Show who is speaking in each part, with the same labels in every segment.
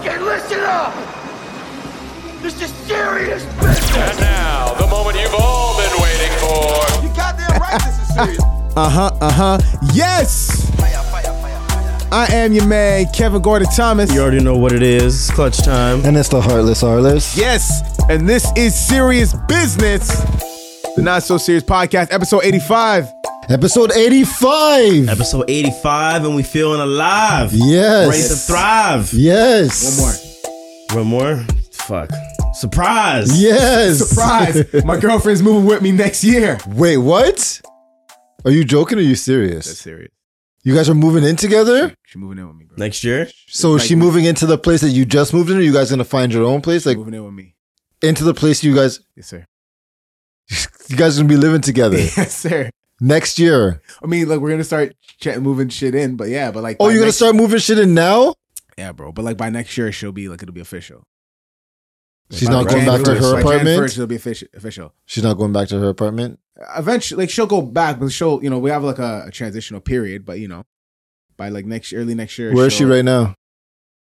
Speaker 1: Listen up! This is serious business!
Speaker 2: And now, the moment you've all been waiting for.
Speaker 1: You goddamn right this is serious.
Speaker 3: Uh huh. Uh huh. Yes. I am your man, Kevin Gordon Thomas.
Speaker 4: You already know what it is. It's clutch time.
Speaker 5: And it's the Heartless Heartless.
Speaker 3: Yes, and this is serious business. The Not So Serious Podcast, episode 85.
Speaker 5: Episode 85.
Speaker 4: Episode 85, and we feeling alive.
Speaker 5: Yes.
Speaker 4: Ready to thrive.
Speaker 5: yes.
Speaker 4: One more? Fuck. Surprise.
Speaker 5: Yes.
Speaker 3: Surprise! my girlfriend's moving with me next year.
Speaker 5: Wait, what? Are you joking or are you serious?
Speaker 3: serious.
Speaker 5: You guys are moving in together?
Speaker 3: She moving in with me, bro.
Speaker 4: Next year?
Speaker 5: So is
Speaker 3: Like,
Speaker 5: she moving into the place that you just moved in? Or you guys gonna find your own place? Like
Speaker 3: moving in with me.
Speaker 5: into the place you guys
Speaker 3: Yes, sir.
Speaker 5: you guys gonna be living together
Speaker 3: yes, sir.
Speaker 5: next year.
Speaker 3: I mean, like we're gonna start ch- moving shit in, but yeah, but like.
Speaker 5: Oh,
Speaker 3: by
Speaker 5: you're gonna
Speaker 3: next-
Speaker 5: start moving shit in now?
Speaker 3: Yeah, bro. But like by next year, she'll be like it'll be official.
Speaker 5: She's
Speaker 3: By
Speaker 5: not going
Speaker 3: Jan
Speaker 5: back to
Speaker 3: first-
Speaker 5: her
Speaker 3: by Jan First,
Speaker 5: apartment.
Speaker 3: it'll be offici- official.
Speaker 5: She's not going back to her apartment.
Speaker 3: Eventually, like she'll go back, but she'll you know we have like a, a transitional period, but you know, by like next early next year.
Speaker 5: Where is she
Speaker 3: she'll-
Speaker 5: right now?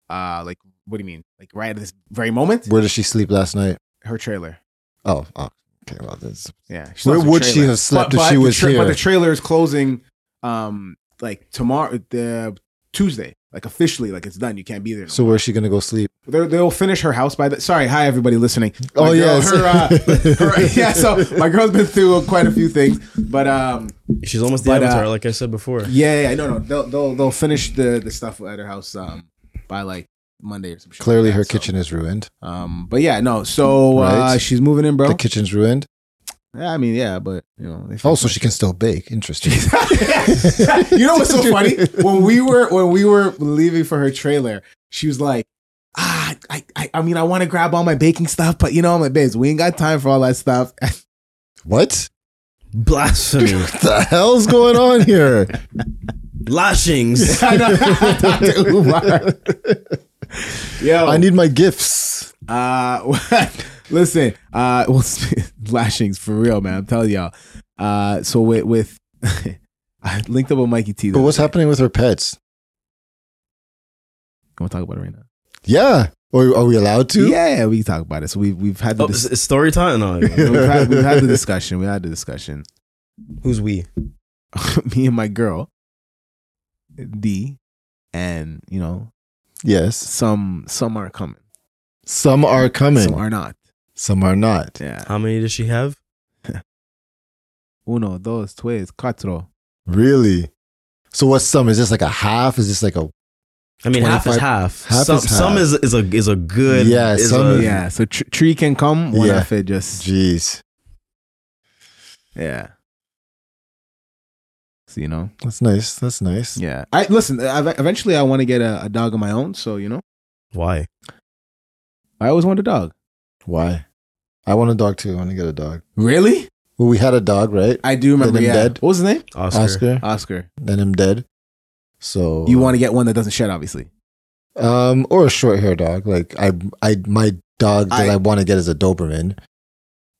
Speaker 3: Uh, like what do you mean? Like right at this very moment?
Speaker 5: Where did she sleep last night?
Speaker 3: Her trailer.
Speaker 5: Oh, oh okay. Well, that's
Speaker 3: Yeah. she
Speaker 5: Where
Speaker 3: loves her
Speaker 5: would she
Speaker 3: trailer.
Speaker 5: have slept if she
Speaker 3: the
Speaker 5: was
Speaker 3: But
Speaker 5: here?
Speaker 3: the trailer is closing, um, like tomorrow, the Tuesday, like officially, like it's done. You can't be there. No
Speaker 5: So
Speaker 3: so
Speaker 5: where's she gonna go sleep?
Speaker 3: they they'll finish her house by the. Sorry, hi everybody listening. My
Speaker 5: Oh,
Speaker 3: girl,
Speaker 5: yes.
Speaker 3: her, uh, her- yeah. So my girl's been through quite a few things, but um,
Speaker 4: She's almost the
Speaker 3: But, uh,
Speaker 4: avatar, like I said before.
Speaker 3: yeah, yeah, no, no, they'll they'll they'll finish the the stuff at her house um by like Monday or some shit.
Speaker 5: Clearly,
Speaker 3: like
Speaker 5: her
Speaker 3: that, so,
Speaker 5: kitchen is ruined.
Speaker 3: Um, but yeah, no. So uh,
Speaker 5: Right.
Speaker 3: she's moving in, bro.
Speaker 5: The kitchen's ruined.
Speaker 3: Yeah, I mean, yeah, but you know, they
Speaker 5: Also, she can still bake. Interesting.
Speaker 3: you know what's so funny? When we were when we were leaving for her trailer, she was like, "Ah, I I, I mean, I want to grab all my baking stuff, but you know, I'm like, babes, we ain't got time for all that stuff."
Speaker 5: what?
Speaker 4: Blasphemy.
Speaker 5: What the hell's going on here?
Speaker 4: Lashings.
Speaker 3: I know. Yo,
Speaker 5: I need my gifts.
Speaker 3: Uh, listen, uh, well, sp- lashings for real, man. I'm telling y'all. Uh, so with with, I linked up with Mikey T.
Speaker 5: But what's happening with her pets?
Speaker 3: Gonna talk about it right now.
Speaker 5: Yeah. Or are we allowed to?
Speaker 3: Yeah, yeah, we can talk about it. So we've we've had the
Speaker 4: oh,
Speaker 3: dis-
Speaker 4: it's, it's story time? No.
Speaker 3: we've, had, we've had the discussion. We had the discussion.
Speaker 4: Who's we?
Speaker 3: Me and my girl, D, and you know
Speaker 5: Yes.
Speaker 3: some some are coming,
Speaker 5: Some are coming.
Speaker 3: some
Speaker 5: Some are,
Speaker 3: are not.
Speaker 5: not.
Speaker 3: Yeah,
Speaker 4: How many does she have?
Speaker 3: uno, dos, tres, cuatro.
Speaker 5: Really? So what's some? Is this like a half? Is this like a
Speaker 4: I mean, half is
Speaker 5: 25
Speaker 4: half.
Speaker 5: half
Speaker 4: some,
Speaker 5: is half.
Speaker 4: some is is a is a good.
Speaker 5: Yeah,
Speaker 4: is
Speaker 5: some-
Speaker 4: a-
Speaker 3: Yeah, so tr- tree can come. One
Speaker 5: Yeah.
Speaker 3: of it just
Speaker 5: jeez?
Speaker 3: yeah. So you know,
Speaker 5: That's nice. That's nice.
Speaker 3: yeah. I listen. I, eventually, I want to get a, a dog of my own. So you know,
Speaker 4: Why?
Speaker 3: I always want a dog.
Speaker 5: Why? I want a dog too. I want to get a dog.
Speaker 3: Really?
Speaker 5: Well, we had a dog, right?
Speaker 3: I do remember.
Speaker 5: Then I'm
Speaker 3: Yeah.
Speaker 5: dead.
Speaker 3: What was his name?
Speaker 4: Oscar.
Speaker 5: Oscar.
Speaker 3: Oscar.
Speaker 5: Then I'm dead. So
Speaker 3: You want to get one that doesn't shed, obviously.
Speaker 5: Um, or a short hair dog. Like I, I, my dog that
Speaker 3: I-
Speaker 5: I, want to get is a Doberman,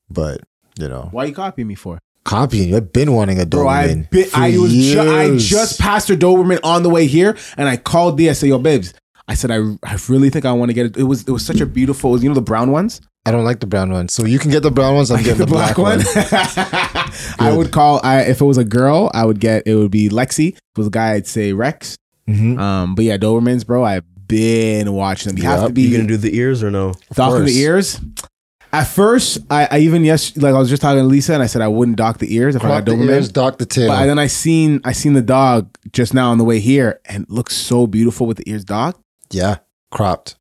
Speaker 5: but you know,
Speaker 3: Why you copying me for?
Speaker 5: copying. I've been wanting a Doberman.
Speaker 3: Bro, I bi-
Speaker 5: for
Speaker 3: I was ju- I
Speaker 5: years.
Speaker 3: just passed her Doberman on the way here, and I called D. I said, "Yo, babes," I said, "I, I really think I want to get it." It was it was such a beautiful. It was, you know the brown ones.
Speaker 5: I don't like the brown one. So you can get the brown ones. I'm
Speaker 3: I get
Speaker 5: getting the black, one.
Speaker 3: I
Speaker 5: Good.
Speaker 3: would call. I if it was a girl, I would get it would be Lexi. If it was a guy, I'd say Rex.
Speaker 5: Mhm.
Speaker 3: Um, but yeah, Dobermans, bro. I've been watching them. You have
Speaker 5: Yep.
Speaker 3: to
Speaker 4: You
Speaker 3: be
Speaker 4: gonna do the ears or no?
Speaker 3: docking
Speaker 5: course.
Speaker 3: the ears. At first, I, I even yes, like I was just talking to Lisa, and I said I wouldn't dock the ears if I
Speaker 5: Crop
Speaker 3: got
Speaker 5: the
Speaker 3: Dobermans.
Speaker 5: ears, dock the tail.
Speaker 3: But then I seen I seen the dog just now on the way here, and it looks so beautiful with the ears docked.
Speaker 5: yeah, cropped.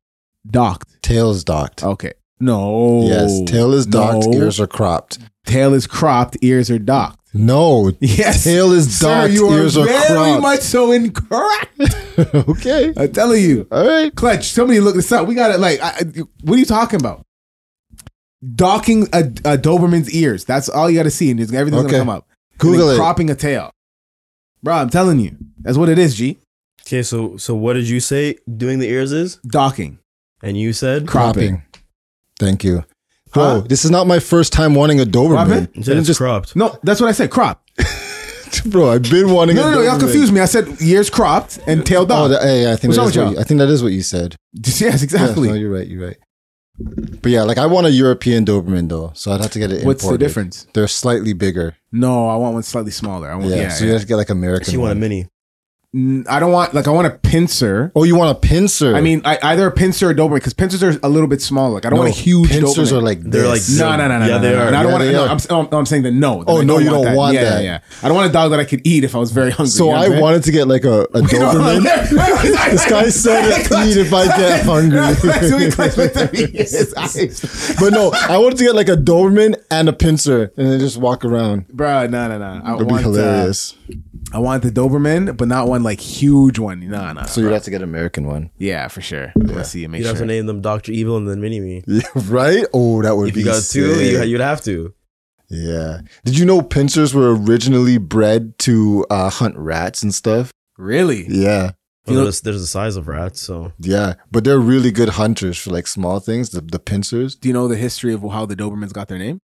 Speaker 3: Docked.
Speaker 5: Tail is docked.
Speaker 3: Okay. No.
Speaker 5: yes, tail is docked.
Speaker 3: Oh, No.
Speaker 5: Ears are cropped.
Speaker 3: Tail is cropped. Ears are docked.
Speaker 5: No,
Speaker 3: Yes.
Speaker 5: tail is
Speaker 3: Sir,
Speaker 5: docked.
Speaker 3: you are
Speaker 5: ears are
Speaker 3: very
Speaker 5: cropped.
Speaker 3: much so incorrect.
Speaker 5: okay.
Speaker 3: I'm telling you,
Speaker 5: All right.
Speaker 3: Clutch. Somebody look this up. We got it. Like, I, I- what are you talking about? Docking a, a Doberman's ears. That's all you got to see, and it's- everything's
Speaker 5: Okay.
Speaker 3: gonna come up. And then
Speaker 5: Google it.
Speaker 3: Cropping a tail, bro. I'm telling you, that's what it is. G
Speaker 4: Okay, so so what did you say doing the ears is?
Speaker 3: docking.
Speaker 4: And you said
Speaker 3: cropping.
Speaker 5: Thank you.
Speaker 3: Huh?
Speaker 5: Bro, this is not my first time wanting a Doberman.
Speaker 3: Cropping?
Speaker 5: I
Speaker 4: You said
Speaker 5: didn't
Speaker 4: it's
Speaker 5: just
Speaker 4: cropped.
Speaker 3: No, that's what I said. Crop.
Speaker 5: bro, I've been wanting.
Speaker 3: No,
Speaker 5: a
Speaker 3: no, no, y'all
Speaker 5: Doberman.
Speaker 3: confused me. I said ears cropped and tail
Speaker 5: Oh,
Speaker 3: down.
Speaker 5: that, hey, I think
Speaker 3: What's
Speaker 5: that is
Speaker 3: wrong with
Speaker 5: what you,
Speaker 3: y'all?
Speaker 5: I think that is what you said.
Speaker 3: yes,
Speaker 5: Yes,
Speaker 3: exactly.
Speaker 5: no, you're right. You're right. But yeah, like I want a European Doberman though, so I'd have to get it.
Speaker 3: What's the
Speaker 5: imported.
Speaker 3: difference?
Speaker 5: They're slightly bigger.
Speaker 3: No, I want one slightly smaller. I want
Speaker 5: Yeah,
Speaker 3: yeah.
Speaker 5: so you
Speaker 3: yeah.
Speaker 5: have to get like American.
Speaker 4: She want a
Speaker 5: one.
Speaker 4: mini.
Speaker 3: Mm, I don't want like I want a pincer.
Speaker 5: Oh, you want a pincer?
Speaker 3: I mean, I, either a pincer or Doberman because pincers are a little bit smaller. Like I don't want a huge
Speaker 5: pincers
Speaker 3: Doberman.
Speaker 5: are like
Speaker 4: They're
Speaker 5: this.
Speaker 4: like-
Speaker 3: No, no, no, no.
Speaker 4: Yeah,
Speaker 3: no,
Speaker 4: they
Speaker 3: no,
Speaker 4: are.
Speaker 3: And I don't
Speaker 5: Yeah,
Speaker 3: want
Speaker 5: they
Speaker 3: to. No,
Speaker 5: are.
Speaker 3: I'm, s- no, I'm- no, I'm saying that no. that
Speaker 5: Oh,
Speaker 3: I
Speaker 5: no, you don't want
Speaker 3: yeah,
Speaker 5: that.
Speaker 3: Yeah, yeah. I don't want a dog that I could eat if I was very hungry.
Speaker 5: so
Speaker 3: you know what
Speaker 5: I
Speaker 3: I'm saying?
Speaker 5: wanted to get like a, a
Speaker 3: You know,
Speaker 5: Doberman.
Speaker 3: like-
Speaker 5: This guy said it, eat if I get hungry.
Speaker 3: That's what he clicked with the- his eyes.
Speaker 5: but no, I wanted to get like a Doberman and a pincer, and then just walk around.
Speaker 3: Bro, no, no, no. I
Speaker 5: It'd be
Speaker 3: want, uh,
Speaker 5: hilarious.
Speaker 3: I want the Doberman, but not one like huge one. Nah, nah.
Speaker 5: so you'd have to get an American one,
Speaker 3: Yeah, for sure. I want to see it. Make
Speaker 4: You'd have to
Speaker 3: sure.
Speaker 4: name them Doctor Evil and then Mini Me.
Speaker 5: yeah, right? Oh, that would
Speaker 4: If
Speaker 5: be
Speaker 4: you got two,
Speaker 5: sick.
Speaker 4: you, you'd have to.
Speaker 5: Yeah. Did you know pincers were originally bred to uh, hunt rats and stuff?
Speaker 3: Really?
Speaker 5: Yeah.
Speaker 4: Well,
Speaker 3: You know-
Speaker 4: there's, there's the size of rats, so
Speaker 5: Yeah. But they're really good hunters for like small things, the, the pincers.
Speaker 3: Do you know the history of how the Dobermans got their name?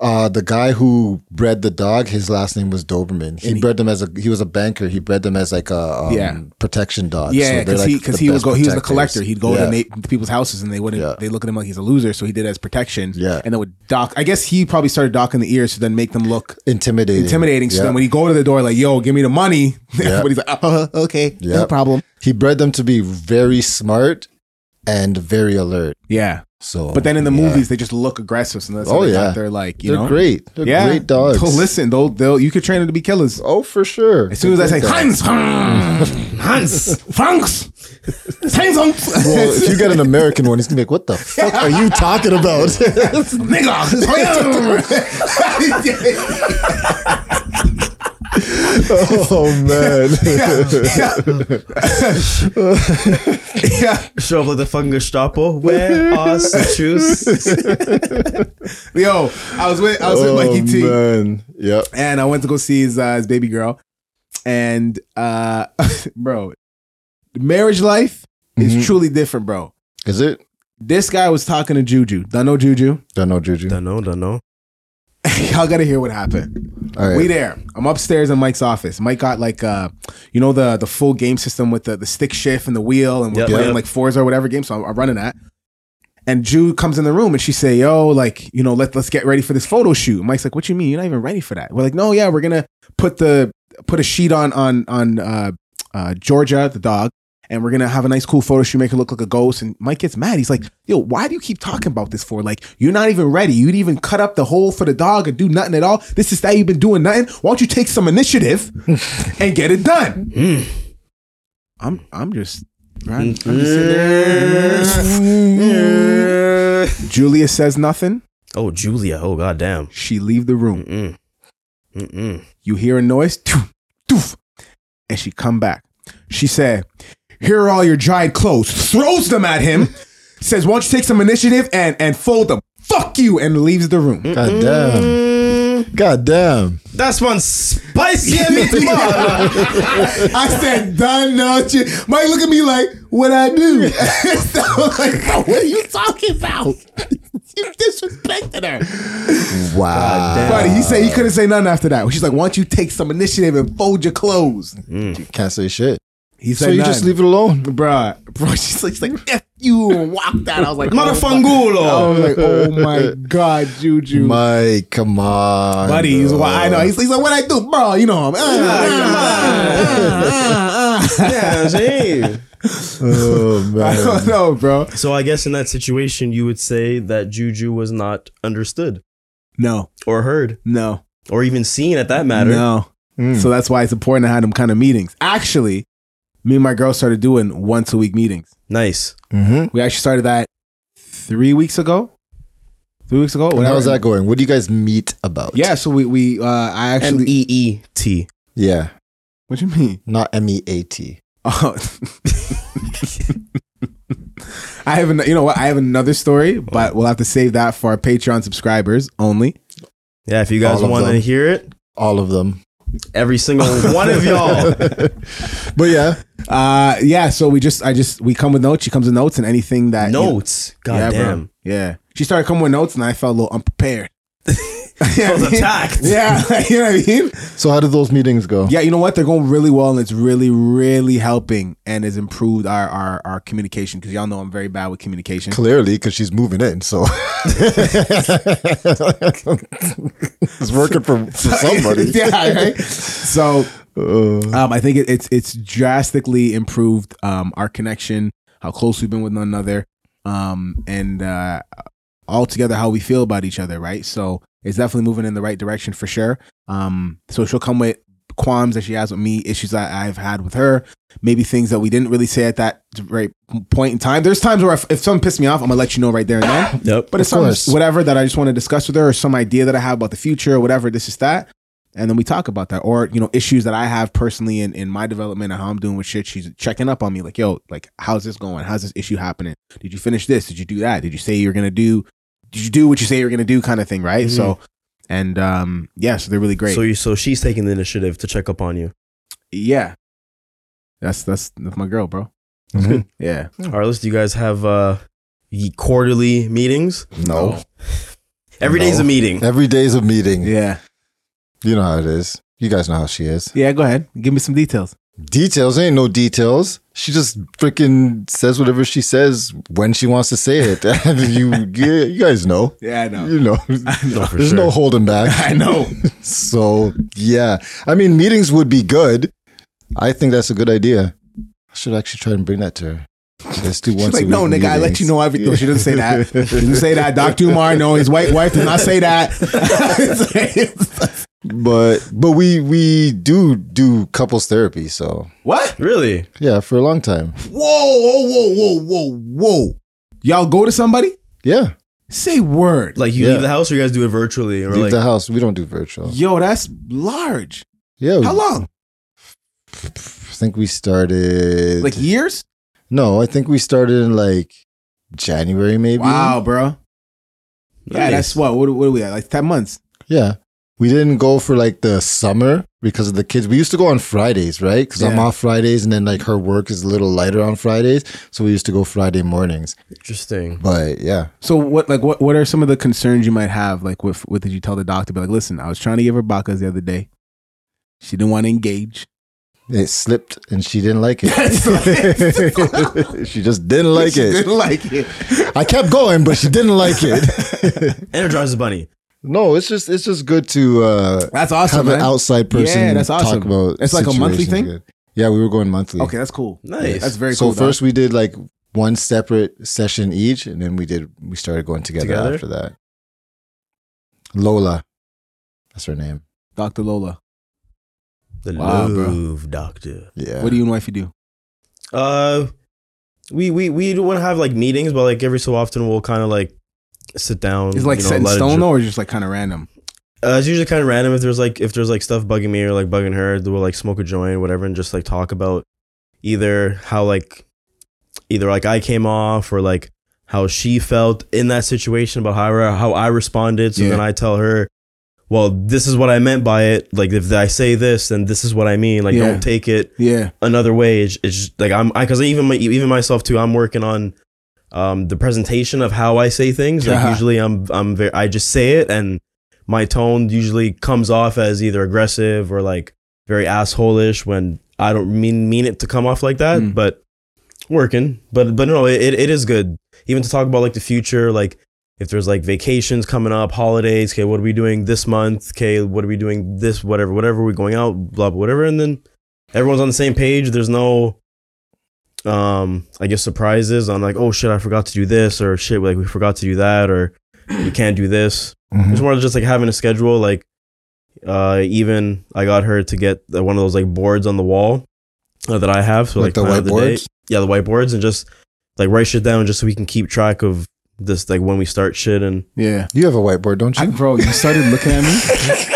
Speaker 5: Uh, the guy who bred the dog, his last name was Doberman. He
Speaker 3: And he-
Speaker 5: bred them as a, he was a banker. He bred them as like a um,
Speaker 3: Yeah.
Speaker 5: protection dog. So they're,
Speaker 3: yeah, because
Speaker 5: like,
Speaker 3: he
Speaker 5: the
Speaker 3: because he would
Speaker 5: best
Speaker 3: go. He was the
Speaker 5: protectors.
Speaker 3: collector. He'd go
Speaker 5: yeah.
Speaker 3: to, na- to people's houses and they wouldn't.
Speaker 5: Yeah.
Speaker 3: They look at him like he's a loser, so he did it as protection.
Speaker 5: Yeah.
Speaker 3: and then would dock. I guess he probably started docking the ears to then make them look
Speaker 5: Intimidating.
Speaker 3: intimidating. So
Speaker 5: Yeah.
Speaker 3: then when you go to the door, like, yo, give me the money, everybody's like, oh, okay,
Speaker 5: Yeah.
Speaker 3: no problem.
Speaker 5: he bred them to be very smart and very alert.
Speaker 3: Yeah.
Speaker 5: So,
Speaker 3: But then in the
Speaker 5: yeah.
Speaker 3: movies, they just look aggressive. So that's
Speaker 5: Oh,
Speaker 3: oh, they
Speaker 5: yeah.
Speaker 3: yeah. they're like, you
Speaker 5: they're
Speaker 3: know,
Speaker 5: great. They're
Speaker 3: yeah.
Speaker 5: great dogs.
Speaker 3: So listen, they'll, they'll, you could train them to be killers.
Speaker 5: Oh, for sure.
Speaker 3: As soon as I say
Speaker 5: They're great dogs.
Speaker 3: Hans, Hans, Franks, Hans,
Speaker 5: Well, if you get an American one, he's gonna be like, "What the fuck are you talking about?"
Speaker 3: nigga,
Speaker 5: oh man,
Speaker 3: yeah.
Speaker 4: show up like the fucking Gestapo. Where are the shoes?
Speaker 3: Yo, I was with I was
Speaker 5: oh
Speaker 3: with Mikey T.
Speaker 5: man, yep.
Speaker 3: and I went to go see his uh, his baby girl, and uh, bro, marriage life
Speaker 5: Mhm.
Speaker 3: is truly different, bro.
Speaker 5: Is it?
Speaker 3: This guy was talking to Juju. Don't know Juju.
Speaker 5: Don't know Juju.
Speaker 4: don't know, don't know.
Speaker 3: Y'all gotta hear what happened.
Speaker 5: All right.
Speaker 3: We there. I'm upstairs in Mike's office. Mike got like uh, you know the the full game system with the the stick shift and the wheel, and we're
Speaker 4: Yep,
Speaker 3: playing
Speaker 4: yep.
Speaker 3: like Forza or whatever game. So I'm, I'm running that. And Jude comes in the room and she say, "Yo, like you know, let let's get ready for this photo shoot." Mike's like, "What you mean? You're not even ready for that?" We're like, "No, yeah, we're gonna put the put a sheet on on on uh, uh, Georgia the dog, and we're gonna have a nice cool photo shoot, make her look like a ghost." And Mike gets mad. He's like, "Yo, why do you keep talking about this for? Like, you're not even ready. You'd even cut up the hole for the dog and do nothing at all. This is that you've been doing nothing. Why don't you take some initiative and get it done?" I'm I'm just. I'm, I'm just sitting there. Julia says nothing.
Speaker 4: Oh, Julia. Oh, goddamn.
Speaker 3: She leave the room. Mm.
Speaker 4: Mm-mm. Mm-mm.
Speaker 3: You hear a noise, toof, toof, and she come back. She said, "Here are all your dried clothes." Throws them at him. says, "Why don't you take some initiative and and fold them?" Fuck you, and leaves the room.
Speaker 5: God damn.
Speaker 4: Mm,
Speaker 5: God damn.
Speaker 4: that's one spicy meatball.
Speaker 3: I said, "Done, no shit." Mike, look at me like, "What I do?" so I was like, "Bro, "What are you talking about?" You disrespected her,
Speaker 5: Wow.
Speaker 3: buddy. He said he couldn't say nothing after that. She's like, "Why don't you take some initiative and fold your clothes?"
Speaker 4: Mm.
Speaker 5: Can't say shit.
Speaker 3: He said,
Speaker 5: So you just
Speaker 3: "None."
Speaker 5: leave it alone.
Speaker 3: bruh, bro, she's like, she's like F you and walked out. I was like, I
Speaker 4: Motherfangulo.
Speaker 3: was like, oh my god, Juju.
Speaker 5: Mike, come on,
Speaker 3: Buddy, he's
Speaker 5: bro.
Speaker 3: why I know. He's, he's like, what I do, bro? You know him. Uh, uh, uh, uh, uh.
Speaker 4: Yeah, see?
Speaker 5: Oh
Speaker 3: I don't
Speaker 5: man.
Speaker 3: know, bro.
Speaker 4: so I guess in that situation, you would say that Juju was not understood
Speaker 3: No,
Speaker 4: or heard
Speaker 3: no,
Speaker 4: or even seen at that matter.
Speaker 3: no.
Speaker 5: Mm.
Speaker 3: So that's why it's important to have them kind of meetings. Actually, me and my girl started doing once a week meetings.
Speaker 4: Nice.
Speaker 5: Mhm.
Speaker 3: We actually started that three weeks ago. Three weeks ago.
Speaker 5: And how's
Speaker 3: Whatever.
Speaker 5: that uh, going? What do you guys meet about?
Speaker 3: Yeah. So we we uh, I
Speaker 4: M
Speaker 3: actually.
Speaker 4: E E T.
Speaker 5: Yeah.
Speaker 3: what you mean?
Speaker 5: Not M E A T.
Speaker 3: Oh. I have, an, you know what? I have another story, but we'll have to save that for our Patreon subscribers only.
Speaker 4: Yeah, if you guys
Speaker 5: All of
Speaker 4: want to
Speaker 5: them.
Speaker 4: hear it,
Speaker 5: All of them.
Speaker 4: every single one of y'all.
Speaker 5: But yeah.
Speaker 3: Uh, yeah. So we just, I just, we come with notes. She comes with notes and anything that you know-
Speaker 4: Notes. God
Speaker 3: yeah, bro.
Speaker 4: damn.
Speaker 3: yeah. She started coming with notes, and I felt a little unprepared.
Speaker 4: felt attacked.
Speaker 3: Yeah, you know what I mean.
Speaker 5: So how did those meetings go?
Speaker 3: Yeah, you know what? They're going really well, and it's really, really helping, and it's improved our our, our communication because y'all know I'm very bad with communication.
Speaker 5: Clearly, because she's moving in, so it's working for, for somebody. Oh.
Speaker 3: yeah, right. So, um, I think it, it's it's drastically improved um, our connection, how close we've been with one another, um, and uh, altogether how we feel about each other. Right. So it's definitely moving in the right direction for sure. Um, so she'll come with qualms that she has with me, issues that I've had with her, maybe things that we didn't really say at that right point in time. There's times where if, if something pissed me off, I'm gonna let you know right there and then.
Speaker 4: Yep.
Speaker 3: But it's
Speaker 5: Of
Speaker 3: something,
Speaker 5: course.
Speaker 3: whatever that I just want to discuss with her, or some idea that I have about the future, or whatever this is that, and then we talk about that, or you know issues that I have personally in in my development and how I'm doing with shit. She's checking up on me, like yo, like how's this going? How's this issue happening? Did you finish this? Did you do that? Did you say you were gonna do? Did you do what you say you're gonna do? Kind of thing, right?
Speaker 4: Mhm.
Speaker 3: So, and um, yeah, so they're really great.
Speaker 4: So you so she's taking the initiative to check up on you.
Speaker 3: yeah, that's that's that's my girl, bro.
Speaker 5: Mhm.
Speaker 3: Yeah,
Speaker 4: All right, let's. Do you guys have uh ye- quarterly meetings?
Speaker 5: No,
Speaker 4: Every
Speaker 5: No.
Speaker 4: day's a meeting.
Speaker 5: every day's a meeting.
Speaker 3: yeah,
Speaker 5: You know how it is. You guys know how she is.
Speaker 3: yeah. Go ahead, give me some details.
Speaker 5: Details ain't no details. She just freaking says whatever she says when she wants to say it. And you, yeah, you guys know.
Speaker 3: Yeah, I
Speaker 5: You know,
Speaker 4: No, for
Speaker 5: there's
Speaker 4: sure.
Speaker 5: no holding back.
Speaker 3: I know.
Speaker 5: So yeah, I mean, meetings would be good. I think that's a good idea. I should actually try and bring that to her. Let's do once
Speaker 3: She's
Speaker 5: a
Speaker 3: like,
Speaker 5: week
Speaker 3: no, nigga, I let you
Speaker 5: meetings."
Speaker 3: know everything. She doesn't say that. She doesn't say that. Dr. Umar, no, his white wife does not say that.
Speaker 5: But but we we do do couples therapy. So
Speaker 3: what?
Speaker 4: Really?
Speaker 5: yeah, for a long time.
Speaker 3: Whoa, whoa, whoa, whoa, whoa, whoa. Y'all go to somebody?
Speaker 5: Yeah,
Speaker 3: Say word.
Speaker 4: Like you
Speaker 5: Yeah.
Speaker 4: leave the house, or you guys do it virtually, or
Speaker 5: leave
Speaker 4: like
Speaker 5: the house. We don't do virtual.
Speaker 3: Yo, that's large.
Speaker 5: Yeah,
Speaker 3: How long?
Speaker 5: I think we started.
Speaker 3: Like years?
Speaker 5: no, I think we started in like January maybe.
Speaker 3: Wow, bro. Yeah,
Speaker 4: Nice.
Speaker 3: that's what? What, what are we at? Like 10 months.
Speaker 5: Yeah. We didn't go for like the summer because of the kids. We used to go on Fridays, right? Because I'm
Speaker 3: Yeah.
Speaker 5: off Fridays and then like her work is a little lighter on Fridays. So we used to go Friday mornings.
Speaker 4: interesting.
Speaker 5: But yeah.
Speaker 3: So what like what, what are some of the concerns you might have? Like with what did you tell the doctor? Be like, listen, I was trying to give her Bacas the other day. She didn't want to engage.
Speaker 5: It slipped and she didn't like
Speaker 3: That's
Speaker 5: it. she just didn't like
Speaker 3: She
Speaker 5: it.
Speaker 3: didn't like it.
Speaker 5: I kept going, but she didn't like it.
Speaker 4: Energize the bunny.
Speaker 5: no, it's just it's just good to uh
Speaker 3: That's awesome.
Speaker 5: have
Speaker 3: man.
Speaker 5: an outside person
Speaker 3: Yeah, that's awesome.
Speaker 5: talk about
Speaker 3: It's like a monthly
Speaker 5: situations. Yeah, we were going monthly.
Speaker 3: Okay, that's cool.
Speaker 4: Nice.
Speaker 3: That's very
Speaker 5: so
Speaker 3: cool.
Speaker 5: first we did like one separate session each and then we did we started going together,
Speaker 4: Together?
Speaker 5: after that lola that's her name
Speaker 3: dog. Dr. Lola,
Speaker 4: The
Speaker 3: Wow, bro.
Speaker 4: love doctor.
Speaker 5: yeah
Speaker 3: what do you and wifey do?
Speaker 4: Uh, we we we don't want to have like meetings, but like every so often we'll kind of like sit down.
Speaker 3: Is it like
Speaker 4: you know,
Speaker 3: set in
Speaker 4: let it
Speaker 3: stone
Speaker 4: dri-
Speaker 3: though, or just like kind of random?
Speaker 4: Uh, it's usually kind of random. If there's like if there's like stuff bugging me or like bugging her, we'll like smoke a joint, or whatever, and just like talk about either how like either like I came off or like how she felt in that situation, about how I, how I responded. So
Speaker 3: Yeah.
Speaker 4: then I tell her, well, this is what I meant by it. Like if I say this, then this is what I mean. Like
Speaker 3: Yeah.
Speaker 4: don't take it
Speaker 3: Yeah.
Speaker 4: another way is, is just, like I'm I because even my, even myself too. I'm working on um the presentation of how I say things. Like
Speaker 3: Uh-huh.
Speaker 4: usually I'm I'm very I just say it and my tone usually comes off as either aggressive or like very asshole-ish when I don't mean mean it to come off like that.
Speaker 3: Mm.
Speaker 4: But working, but but no, it, it is good even to talk about like the future, like. If there's like vacations coming up, holidays, okay, what are we doing this month? Okay, what are we doing this, whatever, whatever, we're going out, blah, blah, whatever. And then everyone's on the same page. There's no, um, I guess surprises on like, oh shit, I forgot to do this or shit, like we forgot to do that or we can't do this.
Speaker 5: Mm-hmm.
Speaker 4: It's more just like having a schedule. Like, uh, even I got her to get the- one of those like boards on the wall uh, that I have. So
Speaker 5: Like
Speaker 4: like,
Speaker 5: the
Speaker 4: time of day-
Speaker 5: whiteboards?
Speaker 4: Yeah, the whiteboards and just like write shit down just so we can keep track of this like when we start shit and
Speaker 3: Yeah.
Speaker 5: you have a whiteboard don't
Speaker 3: I,
Speaker 5: you
Speaker 3: bro, you started looking at me,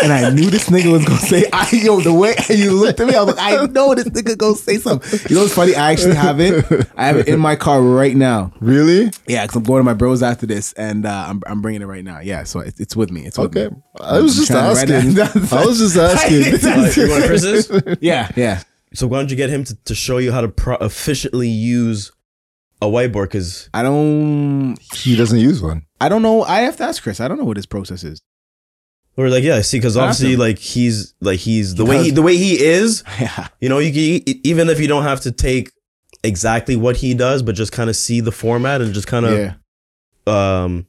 Speaker 3: and I knew this nigga was gonna say, "I yo." The way you looked at me, I was like, "I know this nigga gonna say something." You know what's funny? I actually have it. I have it in my car right now.
Speaker 5: really
Speaker 3: Yeah, because I'm going to my bros after this, and uh, I'm I'm bringing it right now. Yeah, so it, it's with me. It's with
Speaker 5: okay
Speaker 3: me.
Speaker 5: i was just
Speaker 3: I'm trying to
Speaker 5: asking
Speaker 3: write it down.
Speaker 5: i was just asking
Speaker 4: Like, you want Chris's?
Speaker 3: Yeah, yeah.
Speaker 4: So why don't you get him to, to show you how to pro- efficiently use a whiteboard? Because
Speaker 3: I don't
Speaker 5: he doesn't use one
Speaker 3: I don't know. I have to ask Chris. I don't know what his process is.
Speaker 4: Or like yeah, see, because obviously like he's like he's the way he the way he is.
Speaker 3: Yeah.
Speaker 4: You know, you can, e- even if you don't have to take exactly what he does, but just kind of see the format and just kind of
Speaker 3: yeah.
Speaker 4: um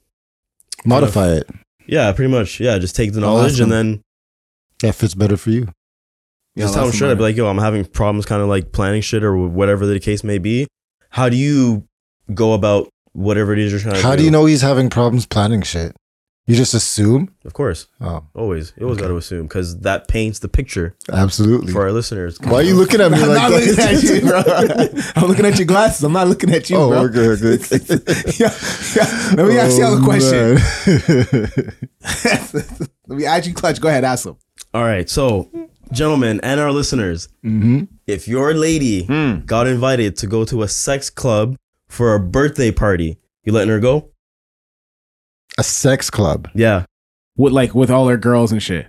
Speaker 5: Modify it.
Speaker 4: yeah, pretty much yeah, just take the
Speaker 5: I'll
Speaker 4: knowledge
Speaker 5: ask
Speaker 4: and
Speaker 5: him.
Speaker 4: then
Speaker 5: That fits better for you.
Speaker 3: Yeah,
Speaker 4: just tell him
Speaker 3: that's
Speaker 4: straight up,
Speaker 3: somebody.
Speaker 4: like, yo, I'm having problems kind of like planning shit or whatever the case may be. How do you go about whatever it is you're trying to
Speaker 5: How do you know he's having problems planning shit? You just assume?
Speaker 4: Of course,
Speaker 5: Oh,
Speaker 4: always. You always got to assume because that paints the picture
Speaker 5: absolutely.
Speaker 4: for our listeners.
Speaker 5: Why are you looking at me
Speaker 3: I'm
Speaker 5: like
Speaker 3: not looking at you, bro.
Speaker 5: that?
Speaker 3: I'm looking at your glasses. I'm not looking at you,
Speaker 5: oh,
Speaker 3: bro.
Speaker 5: we're good. we're good.
Speaker 3: yeah, yeah. Let me ask you
Speaker 5: Oh,
Speaker 3: a question.
Speaker 5: man.
Speaker 3: Let me ask you, Clutch. Go ahead, ask him.
Speaker 4: All right, so gentlemen and our listeners,
Speaker 3: Mm-hmm.
Speaker 5: Mhm.
Speaker 4: if your lady
Speaker 3: Hmm.
Speaker 4: got invited to go to a sex club for a birthday party, you letting her go?
Speaker 5: A sex club.
Speaker 4: Yeah,
Speaker 3: With like with all her girls and shit.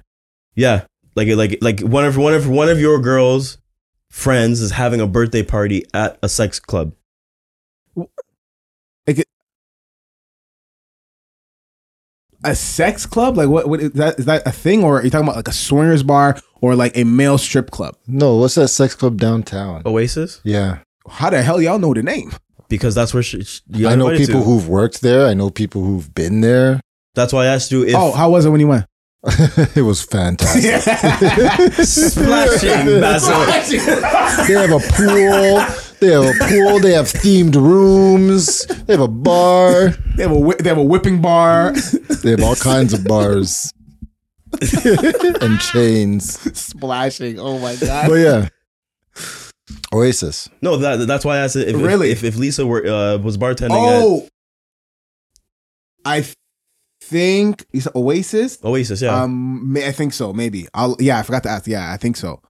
Speaker 4: yeah. Like like like one of one of one of your girls' friends is having a birthday party at a sex club.
Speaker 3: A sex club? Like what? What is that? Is that a thing, or are you talking about like a swingers bar or like a male strip club?
Speaker 5: No, what's that sex club downtown?
Speaker 4: Oh. Oasis
Speaker 5: Yeah.
Speaker 3: How the hell y'all know the name?
Speaker 4: because that's where she, she, you got
Speaker 5: I know
Speaker 4: invited
Speaker 5: people
Speaker 4: to.
Speaker 5: who've worked there. I know people who've been there.
Speaker 4: That's why I asked you if
Speaker 3: oh, how was it when you went?
Speaker 5: it was fantastic.
Speaker 4: splashing Basil.
Speaker 5: They have a pool. They have a pool. They have themed rooms. They have a bar.
Speaker 3: they have a whi- they have a whipping bar,
Speaker 5: They have all kinds of bars and chains.
Speaker 3: splashing. Oh my god!
Speaker 5: But yeah, Oasis.
Speaker 4: No, that that's why I asked if if-
Speaker 3: Really?
Speaker 4: if, if Lisa were uh, was bartending
Speaker 3: Oh, I th- think you said Oasis.
Speaker 4: at Oasis. Yeah,
Speaker 3: Um, may, I think so. Maybe. I'll. Yeah, I forgot to ask. Yeah, I think so.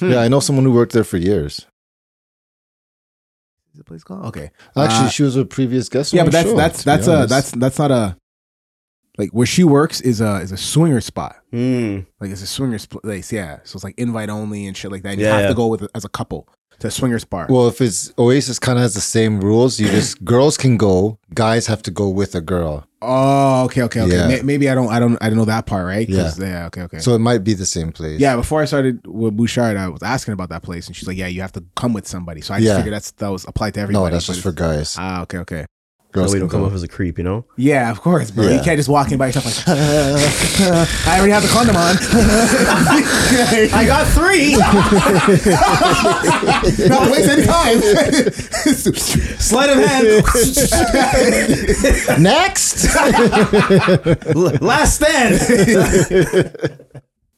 Speaker 5: Yeah, I know someone who worked there for years.
Speaker 3: Is the place called? Okay.
Speaker 5: Actually,
Speaker 3: Uh,
Speaker 5: she was a previous guest.
Speaker 3: yeah,
Speaker 5: on
Speaker 3: but
Speaker 5: our show, to
Speaker 3: that's that's
Speaker 5: be
Speaker 3: that's a
Speaker 5: honest.
Speaker 3: that's that's not a like where she works is a is a swinger spot.
Speaker 4: Mm.
Speaker 3: Like it's a swingers pl- place. Yeah, so it's like invite only and shit like that. And you
Speaker 4: Yeah,
Speaker 3: have
Speaker 4: yeah.
Speaker 3: to go with as a couple to a swingers bar.
Speaker 5: well, if it's Oasis, kind of has the same rules. You just girls can go, guys have to go with a girl.
Speaker 3: oh, okay, okay, okay.
Speaker 5: Yeah.
Speaker 3: May- maybe I don't I don't I don't know that part right. 'Cause-
Speaker 5: Yeah.
Speaker 3: Yeah. Okay. Okay.
Speaker 5: So it might be the same place.
Speaker 3: Yeah, before I started with Bouchard, I was asking about that place, and she's like, "Yeah, you have to come with somebody." So I just
Speaker 5: Yeah.
Speaker 3: figured that's that was applied to everybody.
Speaker 5: no, that's
Speaker 3: but
Speaker 5: just for
Speaker 3: it's-
Speaker 5: guys.
Speaker 3: Ah, okay, okay.
Speaker 4: That
Speaker 5: Girls
Speaker 4: way you
Speaker 5: can
Speaker 4: don't
Speaker 5: go.
Speaker 4: come off as a creep, you know.
Speaker 3: Yeah, of course, bro. You
Speaker 5: Yeah.
Speaker 3: can't just walk in by yourself like, I already have the condom on. I got three. Not waste any time. Sleight of hand.
Speaker 5: Next.
Speaker 4: Last stand. no,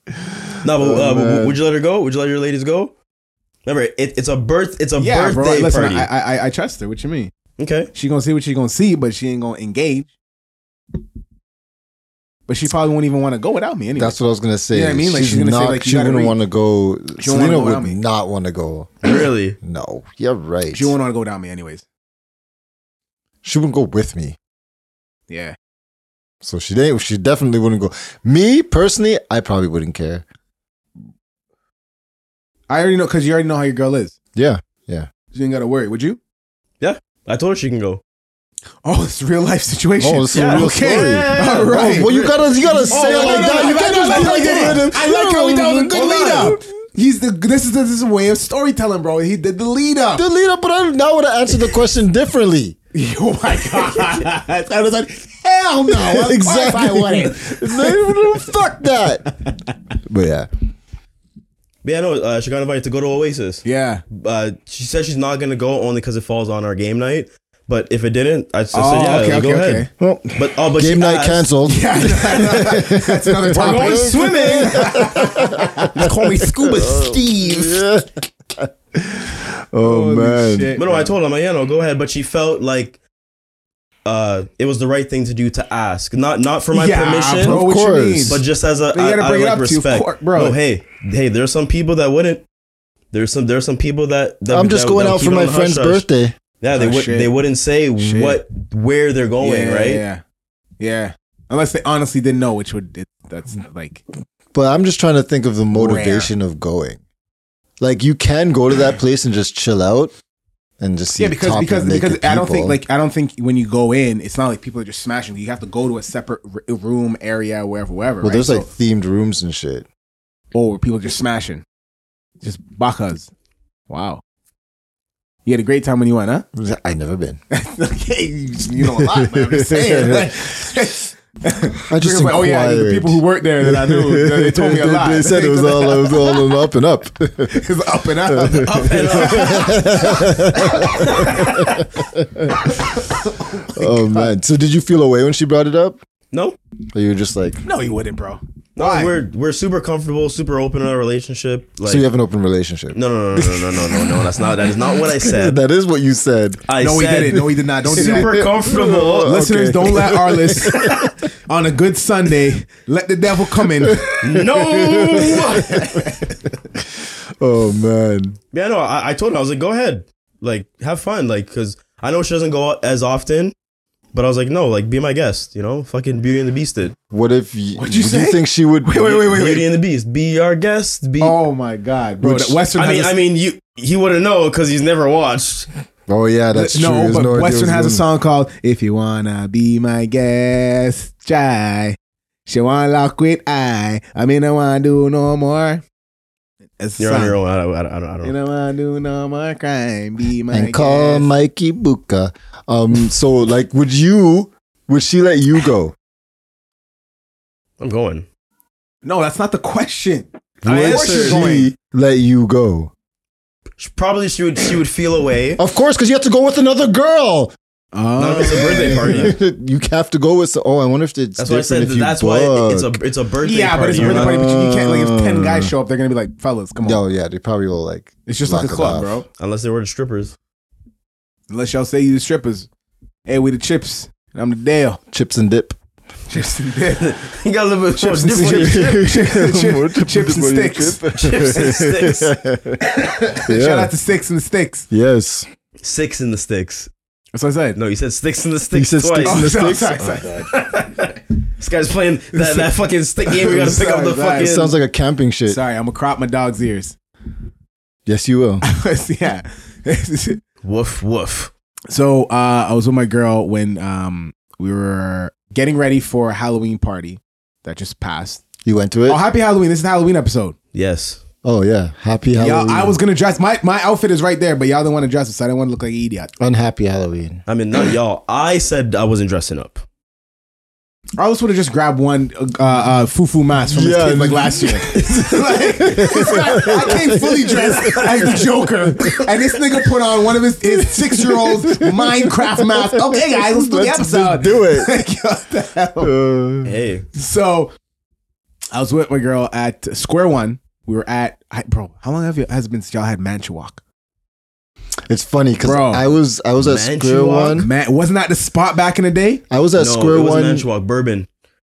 Speaker 3: Oh,
Speaker 4: but uh, w- w- would you let her go? Would you let your ladies go? Remember, it, it's a birth. It's a
Speaker 3: yeah, bro.
Speaker 4: birthday
Speaker 3: Listen,
Speaker 4: party.
Speaker 3: I, I I- I trust her. What you mean?
Speaker 4: okay.
Speaker 3: She gonna see what she gonna see, but she ain't gonna engage. But she probably won't even want to go without me anyway.
Speaker 5: That's what I was gonna say.
Speaker 3: You know what I mean? Like, she's gonna say,
Speaker 5: not,
Speaker 3: like, you
Speaker 5: she
Speaker 3: gotta
Speaker 5: wouldn't
Speaker 3: read-
Speaker 5: want to go.
Speaker 3: don't wanna
Speaker 5: Selena
Speaker 3: go without
Speaker 5: would
Speaker 3: me.
Speaker 5: not want to go.
Speaker 4: Really?
Speaker 5: No, you're right.
Speaker 3: she won't want to go without me anyways.
Speaker 5: she wouldn't go with me.
Speaker 3: Yeah.
Speaker 5: So she didn't. She definitely wouldn't go. Me personally, I probably wouldn't care.
Speaker 3: I already know because you already know how your girl is.
Speaker 5: Yeah,
Speaker 3: So you ain't gotta worry, would you?
Speaker 4: I told her she can go.
Speaker 3: Oh, it's a real life situation.
Speaker 5: Oh, it's a real story.
Speaker 3: All right.
Speaker 5: Oh, well, you gotta, you gotta say
Speaker 3: no,
Speaker 5: it like
Speaker 3: no,
Speaker 5: that.
Speaker 3: no,
Speaker 5: you
Speaker 3: no,
Speaker 5: can't
Speaker 3: no,
Speaker 5: just be
Speaker 3: no,
Speaker 5: like
Speaker 3: no,
Speaker 5: that.
Speaker 3: no. I like how he that was a good
Speaker 5: Hold
Speaker 3: lead
Speaker 5: on.
Speaker 3: up. He's the this is this is a way of storytelling, bro. He did the lead up.
Speaker 5: The lead up, but I now would have answered the question differently.
Speaker 3: oh my god! I was like, hell no! Of exactly. I wouldn't.
Speaker 5: Fuck that. But yeah,
Speaker 4: But yeah, no, uh, she got invited to go to Oasis.
Speaker 3: Yeah.
Speaker 4: uh, she said she's not gonna go only because it falls on our game night. But if it didn't, I just
Speaker 3: Oh,
Speaker 4: said yeah, go ahead.
Speaker 5: well,
Speaker 4: But oh, but she
Speaker 5: game night
Speaker 4: asked-
Speaker 5: canceled.
Speaker 3: Yeah, I know, I know. that's another topic.
Speaker 4: going swimming.
Speaker 3: Just call me Scuba
Speaker 4: Oh,
Speaker 3: Steve.
Speaker 5: Yeah. oh man.
Speaker 4: But no, I told her, I'm like, yeah, no, go ahead. But she felt like uh, it was the right thing to do to ask, not not for my
Speaker 3: yeah,
Speaker 4: permission,
Speaker 3: bro,
Speaker 5: Of
Speaker 3: what you mean?
Speaker 5: course.
Speaker 4: but just as a
Speaker 3: They gotta
Speaker 4: I- I
Speaker 3: bring it
Speaker 4: like
Speaker 3: up to you, of
Speaker 4: respect,
Speaker 3: course, bro.
Speaker 4: No, hey, hey, there's some people that wouldn't. There's some there's some people that, that
Speaker 5: I'm
Speaker 4: that-
Speaker 5: just going
Speaker 4: that
Speaker 5: out
Speaker 4: keep
Speaker 5: for
Speaker 4: it
Speaker 5: my
Speaker 4: on the
Speaker 5: friend's
Speaker 4: hush-hush.
Speaker 5: birthday.
Speaker 4: Yeah, they
Speaker 3: Oh,
Speaker 4: would
Speaker 3: shit.
Speaker 4: they wouldn't say
Speaker 3: Shit.
Speaker 4: what where they're going,
Speaker 3: yeah,
Speaker 4: right?
Speaker 3: Yeah, yeah. Unless they honestly didn't know, which would it, that's like
Speaker 5: But I'm just trying to think of the motivation of going. Like you can go to that place and just chill out and just see
Speaker 3: yeah, because
Speaker 5: top
Speaker 3: because
Speaker 5: naked
Speaker 3: because I don't think
Speaker 5: people.
Speaker 3: like I don't think when you go in, it's not like people are just smashing. You have to go to a separate r- room area, wherever, wherever.
Speaker 5: well,
Speaker 3: right?
Speaker 5: there's like
Speaker 3: So-
Speaker 5: themed rooms and shit.
Speaker 3: oh, where people just smashing, just bakas. Wow, you had a great time when you went, huh?
Speaker 5: I never been.
Speaker 3: okay, you, you know a lot, but I'm just saying. Like,
Speaker 5: I
Speaker 3: Just
Speaker 5: just
Speaker 3: like, oh yeah, the
Speaker 5: inquired.
Speaker 3: people who work there that I knew, they told me a
Speaker 5: They-
Speaker 3: lot.
Speaker 5: They said it was all it was all an up and up.
Speaker 3: It's up and up, up and up.
Speaker 5: oh man! So did you feel away when she brought it up?
Speaker 4: No,
Speaker 5: Or you were just like,
Speaker 3: No, you wouldn't, bro.
Speaker 4: no,
Speaker 3: Why?
Speaker 4: we're we're super comfortable, super open in our relationship. Like,
Speaker 5: so you have an open relationship?
Speaker 4: no, no, no, no, no, no, no, no. That's not that is not what I said.
Speaker 5: that is what you said.
Speaker 4: I
Speaker 3: no, we
Speaker 4: said
Speaker 3: didn't. No, we did not. Don't do that.
Speaker 4: super comfortable.
Speaker 3: Listeners,
Speaker 5: Okay.
Speaker 3: don't let Arliss on a good Sunday let the devil come in.
Speaker 4: no.
Speaker 5: Oh man!
Speaker 4: Yeah, no, I, I told her I was like, go ahead, like have fun, like because I know she doesn't go out as often, but I was like, no, like be my guest, you know, fucking Beauty and the Beast did.
Speaker 5: What if you,
Speaker 3: What'd you
Speaker 5: do
Speaker 3: say?
Speaker 5: you think she would?
Speaker 3: Wait, wait, wait, wait,
Speaker 4: Beauty
Speaker 3: wait.
Speaker 4: and the Beast, be our guest, be.
Speaker 3: Oh my God, bro.
Speaker 5: Which-
Speaker 3: that Western.
Speaker 4: I mean,
Speaker 3: has a-
Speaker 4: I mean, you he wouldn't know because he's never watched.
Speaker 5: Oh yeah, that's true.
Speaker 3: no,
Speaker 5: There's
Speaker 3: but
Speaker 5: idea it
Speaker 3: Western
Speaker 5: was
Speaker 3: has a
Speaker 5: women.
Speaker 3: song called "If You Wanna Be My Guest, Try." She wanna lock with I. I mean, I wanna do no more. It's a
Speaker 4: You're on
Speaker 3: song.
Speaker 4: your own. I don't, I don't, I don't, I don't
Speaker 3: You
Speaker 4: know.
Speaker 3: don't wanna do no more crime. Be my
Speaker 5: and call
Speaker 3: guest.
Speaker 5: Mikey Buka. Um, so like, would you? Would she let you go?
Speaker 4: I'm going.
Speaker 3: No, that's not the question.
Speaker 4: I
Speaker 5: Would
Speaker 4: answered.
Speaker 5: she let you go?
Speaker 4: She- Probably she would. She would feel away.
Speaker 5: Of course, because you have to go with another girl.
Speaker 3: Oh.
Speaker 4: Not if it's a birthday party.
Speaker 5: you have to go with. so- Oh, I wonder if it's
Speaker 4: That's why I
Speaker 5: different
Speaker 4: said
Speaker 5: if
Speaker 4: that
Speaker 5: you
Speaker 4: that's why it- it's a
Speaker 5: book.
Speaker 4: it's a birthday.
Speaker 3: yeah, but it's a
Speaker 4: you're
Speaker 3: birthday
Speaker 4: not-
Speaker 3: party, but you can't like if ten
Speaker 5: Oh.
Speaker 3: guys show up, they're gonna be like, fellas, come on.
Speaker 5: No, yeah, they probably will like.
Speaker 3: it's just like a
Speaker 5: block it
Speaker 3: club,
Speaker 5: off.
Speaker 3: bro.
Speaker 4: unless they were the strippers.
Speaker 3: Unless y'all say you the strippers. Hey, we the chips. And I'm the Dale.
Speaker 5: chips and dip.
Speaker 3: Chips and Dale.
Speaker 4: you got a little bit
Speaker 3: Chips and
Speaker 4: Oh, different.
Speaker 3: chips.
Speaker 5: More
Speaker 3: Chip-
Speaker 5: dip
Speaker 3: Chips and
Speaker 5: than your
Speaker 3: sticks.
Speaker 5: chip.
Speaker 4: Chips and sticks.
Speaker 3: Shout
Speaker 5: Yeah.
Speaker 3: out to Sticks and the Sticks.
Speaker 5: Yes.
Speaker 4: Six in the sticks.
Speaker 3: That's what I said.
Speaker 4: No, you said sticks in the sticks.
Speaker 5: said
Speaker 4: twice.
Speaker 5: sticks in
Speaker 3: Oh,
Speaker 5: the
Speaker 3: sorry,
Speaker 5: sticks?
Speaker 3: sorry, sorry.
Speaker 4: This guy's playing that, that fucking stick game. We gotta pick up the
Speaker 3: Sorry,
Speaker 4: fucking.
Speaker 5: It sounds like a camping shit.
Speaker 3: Sorry, I'm gonna crop my dog's ears.
Speaker 5: Yes, you will.
Speaker 3: yeah.
Speaker 4: woof woof.
Speaker 3: So uh, I was with my girl when um, we were getting ready for a Halloween party that just passed.
Speaker 5: You went to it.
Speaker 3: Oh, happy Halloween! This is the Halloween episode.
Speaker 4: Yes.
Speaker 5: Oh yeah, happy Halloween.
Speaker 3: Y'all, I was gonna dress my my outfit is right there, but y'all didn't want to dress it, so I didn't want to look like an idiot.
Speaker 5: unhappy Halloween.
Speaker 4: I mean, not y'all. I said I wasn't dressing up.
Speaker 3: I always would have just grabbed one uh, uh, fufu mask from
Speaker 5: Yeah.
Speaker 3: his kid like last year. like, it's not- I came fully dressed as the Joker, and this nigga put on one of his, his six year old's Minecraft mask. Okay, guys, let's do
Speaker 5: Let's just
Speaker 3: the episode.
Speaker 5: do it.
Speaker 3: Like, what the hell?
Speaker 5: Uh,
Speaker 4: Hey,
Speaker 3: So I was with my girl at Square One. We were at I, bro. How long have you has it been since y'all had Mantua Walk?
Speaker 5: it's funny because
Speaker 3: Bro.
Speaker 5: I was I was at
Speaker 4: Mantua?
Speaker 5: Square One.
Speaker 3: Man, wasn't that the spot back in the day?
Speaker 5: I was at
Speaker 4: no,
Speaker 5: Square
Speaker 4: it was
Speaker 5: One.
Speaker 4: Mantua, bourbon.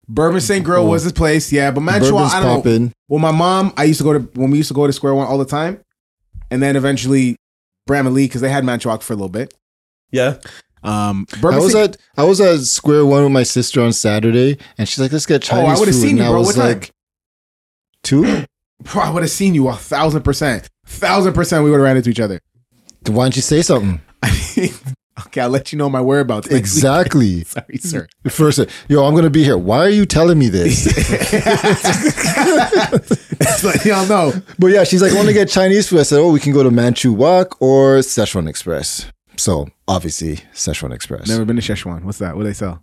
Speaker 3: Bourbon St. Girl was his place, yeah. But Mantua,
Speaker 5: Bourbon's
Speaker 3: I don't. know.
Speaker 5: popping.
Speaker 3: Well, my mom, I used to go to when we used to go to Square One all the time, and then eventually Bram and Lee because they had Mantua Walk for a little bit.
Speaker 4: Yeah.
Speaker 3: Um,
Speaker 5: I
Speaker 3: Bourbon
Speaker 5: was
Speaker 3: St.
Speaker 5: at I was at Square One with my sister on Saturday, and she's like, "Let's get
Speaker 3: oh,
Speaker 5: Chinese
Speaker 3: I would have
Speaker 5: food."
Speaker 3: seen
Speaker 5: and
Speaker 3: you,
Speaker 5: I
Speaker 3: bro.
Speaker 5: was
Speaker 3: What time?
Speaker 5: like, two?
Speaker 3: Bro, I would have seen you a thousand percent, thousand percent. We would have ran into each other.
Speaker 5: Why don't you say something?
Speaker 3: I mean, okay, I'll let you know my whereabouts. next week.
Speaker 5: Exactly.
Speaker 3: Sorry, sir.
Speaker 5: First, yo, I'm gonna be here. Why are you telling me this?
Speaker 3: Just let y'all know.
Speaker 5: But yeah, she's like, I want to get Chinese food. I said, oh, we can go to Manchu Wok or Szechuan Express. So obviously, Szechuan Express.
Speaker 3: Never been to Szechuan. What's that? What do they sell?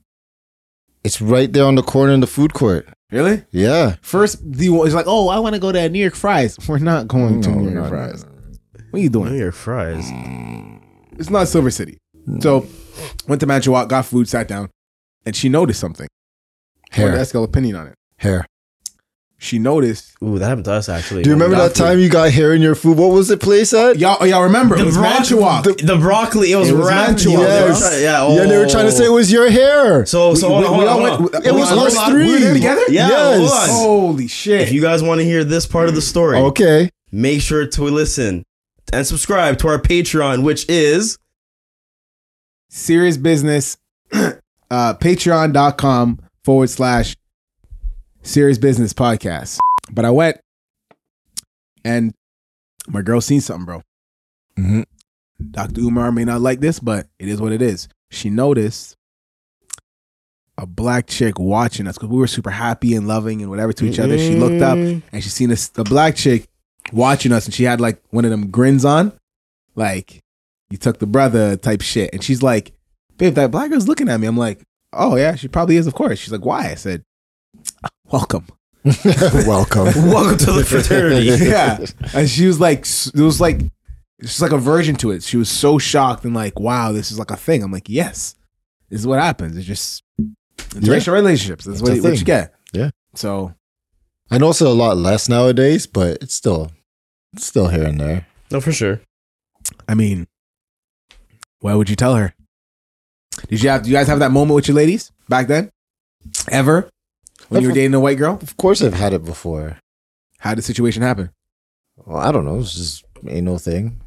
Speaker 5: It's right there on the corner in the food court.
Speaker 3: Really?
Speaker 5: Yeah.
Speaker 3: First, the is like, oh, I want to go to New York Fries. We're not going to New York Fries. What are you doing?
Speaker 4: New York fries.
Speaker 3: It's not Silver City. So, went to Mantua, got food, sat down, and she noticed something. I wanted to
Speaker 5: Hair.
Speaker 3: ask y'all opinion on it.
Speaker 5: Hair.
Speaker 3: She noticed.
Speaker 4: Ooh, that happened to us actually.
Speaker 5: Do you remember that time you got hair in your food? What was the place at?
Speaker 3: Y'all, oh, y'all remember? It was Mantua.
Speaker 4: The, the broccoli. It was,
Speaker 3: It was
Speaker 4: wrapped.
Speaker 3: Mantua,
Speaker 4: Yeah, they were
Speaker 5: yes.
Speaker 4: trying- Yeah.
Speaker 5: Yeah, they were
Speaker 4: oh.
Speaker 5: trying to say it was your hair.
Speaker 4: So, Oh, so hold
Speaker 3: We- we-
Speaker 4: on,
Speaker 3: we
Speaker 4: hold on,
Speaker 3: all
Speaker 4: hold
Speaker 3: went-
Speaker 4: on.
Speaker 5: it
Speaker 4: Hold
Speaker 5: was
Speaker 4: on,
Speaker 5: us
Speaker 4: hold on.
Speaker 5: three.
Speaker 3: We were there together?
Speaker 4: Yeah.
Speaker 5: Yes. Oh,
Speaker 4: Hold on.
Speaker 3: Holy shit.
Speaker 4: If you guys want to hear this part of the story,
Speaker 5: Okay.
Speaker 4: make sure to listen and subscribe to our Patreon, which is
Speaker 3: serious business uh patreon.com forward slash serious business podcast but i went and my girl seen something bro
Speaker 5: Mhm.
Speaker 3: Dr. Umar may not like this, but it is what it is. She noticed a black chick watching us because we were super happy and loving and whatever to each other. She looked up and she seen a, a black chick watching us and she had like one of them grins on, like, you took the brother type shit. And she's like, babe, that black girl's looking at me. I'm like, oh yeah, she probably is, of course. She's like, why? I said, welcome.
Speaker 5: Welcome.
Speaker 4: Welcome to the fraternity.
Speaker 3: yeah. And she was like, s- it was like, it's like a version to it. She was so shocked and like, wow, this is like a thing. I'm like, yes, this is what happens. It's just it's
Speaker 5: Yeah.
Speaker 3: racial relationships. That's
Speaker 5: It's
Speaker 3: what,
Speaker 5: a
Speaker 3: you- what
Speaker 5: thing.
Speaker 3: you get.
Speaker 5: Yeah.
Speaker 3: So
Speaker 5: And also a lot less nowadays, but it's still, it's still here and there.
Speaker 4: no, for sure.
Speaker 3: I mean, why would you tell her? Did you have? Do you guys have that moment with your ladies back then? Ever when you were
Speaker 5: Of-
Speaker 3: dating a white girl?
Speaker 5: Of course, I've had it before.
Speaker 3: How did the situation happen?
Speaker 5: Well, I don't know. It's just ain't no thing.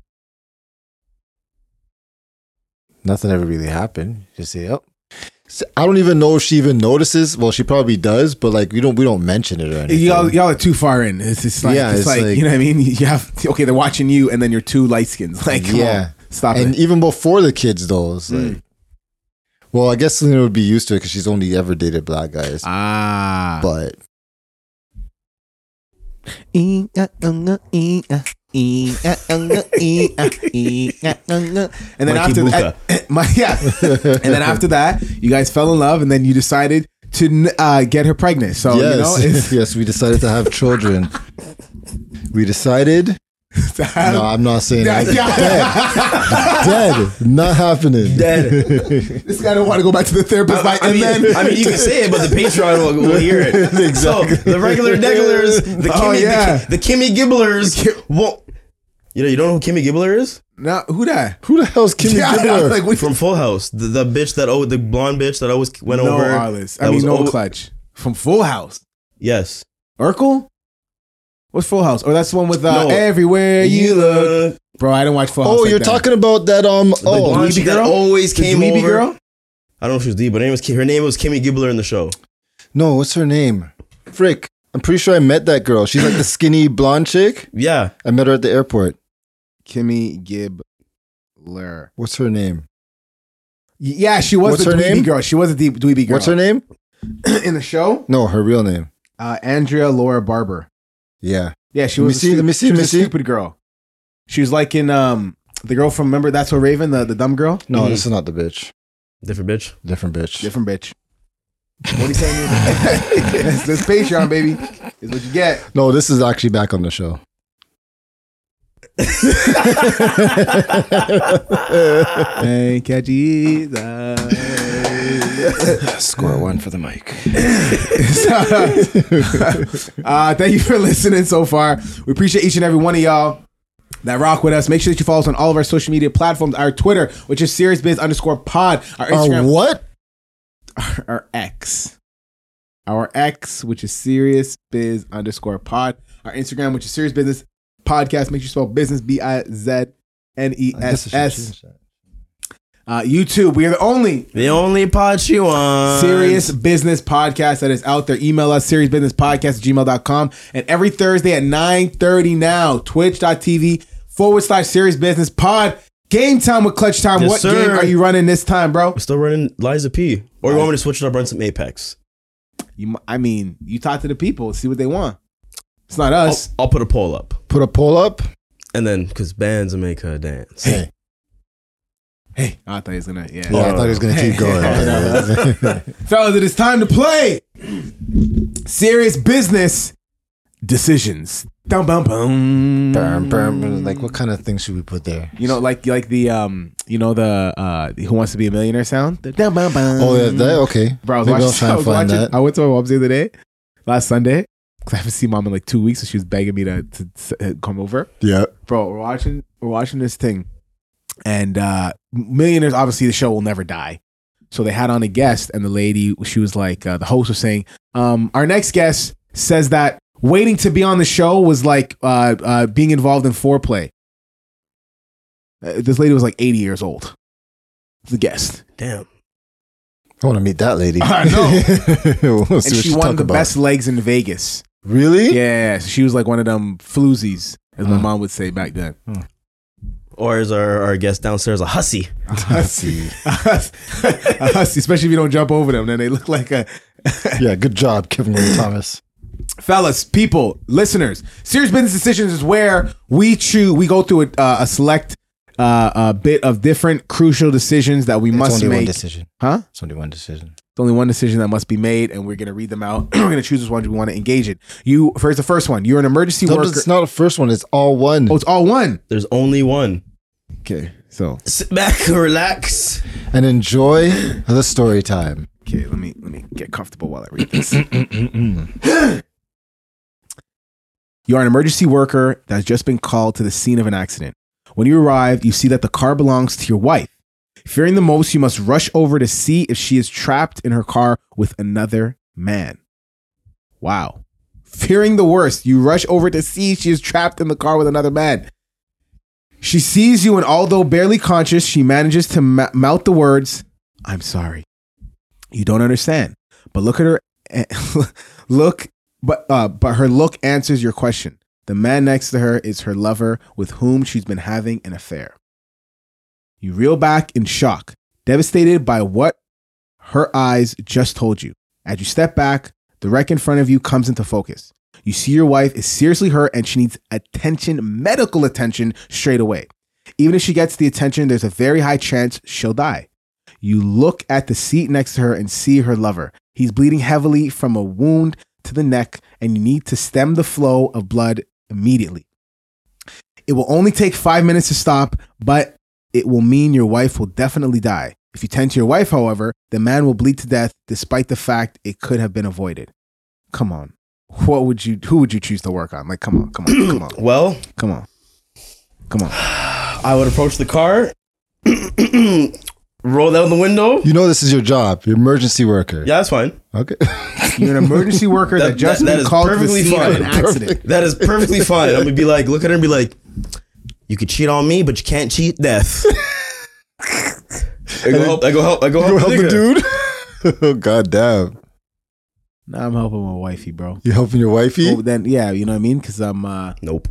Speaker 5: Nothing ever really happened. Just say, oh. S- I don't even know if she even notices. Well, she probably does, but like we don't we don't mention it or anything.
Speaker 3: Y'all, y'all are too far in. It's just like,
Speaker 5: Yeah,
Speaker 3: it's
Speaker 5: it's
Speaker 3: like,
Speaker 5: like-
Speaker 3: you know what I mean. You have okay, they're watching you, and then you're two light skins. Like, come
Speaker 5: Yeah.
Speaker 3: on, stop
Speaker 5: and
Speaker 3: it. Hmm.
Speaker 5: even before the kids, though, it's like, well, I guess Selena would be used to it because she's only ever dated black guys.
Speaker 3: Ah,
Speaker 5: but
Speaker 3: and then
Speaker 4: Mikey
Speaker 3: after that, my, yeah, and then after that, you guys fell in love, and then you decided to uh, get her pregnant. So
Speaker 5: yes,
Speaker 3: you know, it's
Speaker 5: yes, we decided to have children. we decided.
Speaker 3: to have-
Speaker 5: No, I'm not saying
Speaker 3: Yeah,
Speaker 5: that.
Speaker 3: yeah.
Speaker 5: Dead, not happening. Dead.
Speaker 3: this guy don't want to go back to the therapist. like,
Speaker 4: I
Speaker 3: and
Speaker 4: mean,
Speaker 3: then
Speaker 4: I mean, you can say it, but the Patreon will, will hear it. So the regular degglers, the Kimmy,
Speaker 3: Oh, yeah.
Speaker 4: the, Ki- the Kimmy Gibblers won't. You know, you don't know who Kimmy Gibbler is
Speaker 3: now who that?
Speaker 5: Who the hell's Kimmy
Speaker 3: Yeah, I was
Speaker 5: Gibbler?
Speaker 3: like, we
Speaker 4: from Full House, the, the bitch that oh, the blonde bitch that always went
Speaker 3: no
Speaker 4: over.
Speaker 3: Arliss. I
Speaker 4: that
Speaker 3: mean,
Speaker 4: was
Speaker 3: no
Speaker 4: over-
Speaker 3: clutch from Full House.
Speaker 4: Yes,
Speaker 3: Urkel. What's Full House? Or that's the one with uh,
Speaker 4: No.
Speaker 3: everywhere you
Speaker 4: uh,
Speaker 3: look, bro. I do not watch Full House.
Speaker 5: oh,
Speaker 3: like
Speaker 5: you're
Speaker 3: that.
Speaker 5: talking about that. Um.
Speaker 4: the
Speaker 5: oh,
Speaker 4: blonde
Speaker 3: Dweeby
Speaker 4: chick that
Speaker 3: girl?
Speaker 4: always
Speaker 3: The
Speaker 4: came
Speaker 3: dweeby
Speaker 4: over.
Speaker 3: girl.
Speaker 4: I don't know if she was D, but her name was Ki- her name was Kimmy Gibbler in the show.
Speaker 5: no. What's her name? Frick. I'm pretty sure I met that girl. She's like the skinny blonde chick.
Speaker 4: Yeah,
Speaker 5: I met her at the airport.
Speaker 3: Kimmy Gibbler.
Speaker 5: What's her name?
Speaker 3: Yeah, she was
Speaker 5: What's
Speaker 3: the
Speaker 5: her
Speaker 3: dweeby
Speaker 5: name?
Speaker 3: girl. She was a deep dweeby girl.
Speaker 5: What's her name?
Speaker 3: name in the show?
Speaker 5: No, her real name.
Speaker 3: Uh, Andrea Laura Barber.
Speaker 5: Yeah.
Speaker 3: Yeah, she
Speaker 5: Let me
Speaker 3: was. a
Speaker 5: see,
Speaker 3: stu-
Speaker 5: let me see, let
Speaker 3: She was
Speaker 5: me
Speaker 3: a
Speaker 5: see.
Speaker 3: stupid girl. She was like in um the girl from Remember That's So Raven, the, the dumb girl.
Speaker 5: No,
Speaker 4: Mhm.
Speaker 5: this is not the bitch.
Speaker 4: different bitch.
Speaker 5: Mm-hmm. Different bitch.
Speaker 3: Different bitch. What are you saying? this, this Patreon baby is what you get.
Speaker 5: No, this is actually back on the show.
Speaker 3: Thank you, Jesus.
Speaker 5: Score one for the mic.
Speaker 3: uh, thank you for listening so far. We appreciate each and every one of y'all that rock with us. Make sure that you follow us on all of our social media platforms. Our Twitter, which is SeriousBiz underscore pod. Our
Speaker 5: Uh,
Speaker 3: Instagram,
Speaker 5: what?
Speaker 3: our X. Our X, which is SeriousBiz underscore pod. Our Instagram, which is Serious Business Podcast. Make sure you spell business, B-I-Z-N-E-S-S. E Uh, YouTube, we are the only
Speaker 4: The only pod she wants.
Speaker 3: Serious Business Podcast that is out there. Email us, seriousbusinesspodcast at gmail.com. And every Thursday at 9.30 now, twitch.tv forward slash serious business pod. Game time with clutch time.
Speaker 4: Yes,
Speaker 3: what
Speaker 4: sir.
Speaker 3: game are you running this time, bro?
Speaker 4: We're still running Liza P. Or you want me to switch it up, run some Apex?
Speaker 3: You, m- I mean, you talk to the people, see what they want. It's not us.
Speaker 4: I'll put a poll up.
Speaker 5: Put a poll up.
Speaker 4: And then, because bands will make her dance.
Speaker 5: Hey.
Speaker 3: Hey, I thought he was gonna. Yeah,
Speaker 5: Yeah, I thought he was gonna keep going.
Speaker 3: fellas, it is time to play serious business decisions. Dum bum bum.
Speaker 5: Burn, burn, burn. Like, what kind of thing should we put there?
Speaker 3: You know, like like the um, you know the uh, the Who Wants to Be a Millionaire sound. The dum, bum, bum.
Speaker 5: Oh, yeah, that okay.
Speaker 3: Mm-hmm. Bro, I was
Speaker 5: Maybe I'll
Speaker 3: watching,
Speaker 5: try
Speaker 3: I
Speaker 5: and
Speaker 3: was
Speaker 5: find
Speaker 3: watching-
Speaker 5: that.
Speaker 3: I went to my mom's the other day, last Sunday, because I haven't seen mom in like two weeks, so she was begging me to to, uh, come over.
Speaker 5: Yeah.
Speaker 3: Bro, we're watching we're watching this thing, and uh millionaires. Obviously, the show will never die. So they had on a guest, and the lady, she was like, uh, the host was saying, um, our next guest says that waiting to be on the show was like uh, uh, being involved in foreplay. Uh, this lady was like 80 years old. The guest.
Speaker 4: Damn.
Speaker 5: I want to meet that lady.
Speaker 3: I know.
Speaker 5: We'll see
Speaker 3: And
Speaker 5: what
Speaker 3: she
Speaker 5: she's
Speaker 3: won
Speaker 5: talking
Speaker 3: the
Speaker 5: about.
Speaker 3: best legs in Vegas.
Speaker 5: Really? Uh-huh.
Speaker 3: Yeah, so she was like one of them floozies, as my
Speaker 5: Huh.
Speaker 3: mom would say back then.
Speaker 4: or is our, our guest downstairs a hussy?
Speaker 3: Hussy. A huss- a hussy, especially if you don't jump over them, then they look like a
Speaker 5: Yeah, good job, Kevin Lee Thomas.
Speaker 3: fellas, people, listeners. Serious business decisions is where we choose. We go through a, uh, a select uh, a bit of different crucial decisions that we must make.
Speaker 5: decision.
Speaker 3: Huh?
Speaker 5: It's only one decision.
Speaker 3: It's only one decision that must be made, and we're gonna read them out. we're gonna choose which ones we want to engage in. You first, the first one. You're an emergency
Speaker 5: Sometimes
Speaker 3: worker.
Speaker 5: it's not a first one. It's all one.
Speaker 3: oh, it's all one.
Speaker 4: There's only one.
Speaker 3: Okay, so
Speaker 4: Sit back, relax.
Speaker 5: And enjoy the story time.
Speaker 3: okay, let me let me get comfortable while I read this. You're an emergency worker that has just been called to the scene of an accident. When you arrive, you see that the car belongs to your wife. Fearing the most, you must rush over to see if she is trapped in her car with another man. Wow. Fearing the worst, you rush over to see she is trapped in the car with another man. She sees you, and although barely conscious, she manages to ma- mouth the words, I'm sorry. You don't understand. But look at her. look but uh, but her look answers your question. The man next to her is her lover, with whom she's been having an affair. You reel back in shock, devastated by what her eyes just told you. As you step back, the wreck in front of you comes into focus. You see your wife is seriously hurt and she needs attention, medical attention, straight away. Even if she gets the attention, there's a very high chance she'll die. You look at the seat next to her and see her lover. He's bleeding heavily from a wound to the neck, and you need to stem the flow of blood immediately. It will only take five minutes to stop, but it will mean your wife will definitely die. If you tend to your wife, however, the man will bleed to death despite the fact it could have been avoided. Come on. What would you who would you choose to work on? Like come on, come on, come on,
Speaker 4: Well,
Speaker 3: come on. Come on.
Speaker 4: I would approach the car, roll down the window.
Speaker 5: You know this is your job. You're emergency worker.
Speaker 4: Yeah, that's fine.
Speaker 5: Okay.
Speaker 3: You're an emergency worker that,
Speaker 4: That-
Speaker 3: just
Speaker 4: that- that
Speaker 3: been
Speaker 4: is
Speaker 3: called to the
Speaker 4: perfectly
Speaker 3: scene of
Speaker 4: fine.
Speaker 3: an accident.
Speaker 4: That is perfectly fine. I'm gonna be like, look at her and be like, you could cheat on me, but you can't cheat death. I go help. I go help. I go help,
Speaker 5: you help
Speaker 4: the dude.
Speaker 5: the dude. oh god damn.
Speaker 3: Nah, I'm helping my wifey, bro.
Speaker 5: You helping your
Speaker 3: Well,
Speaker 5: wifey?
Speaker 3: then yeah, you know what I mean? Cause I'm uh
Speaker 4: Nope.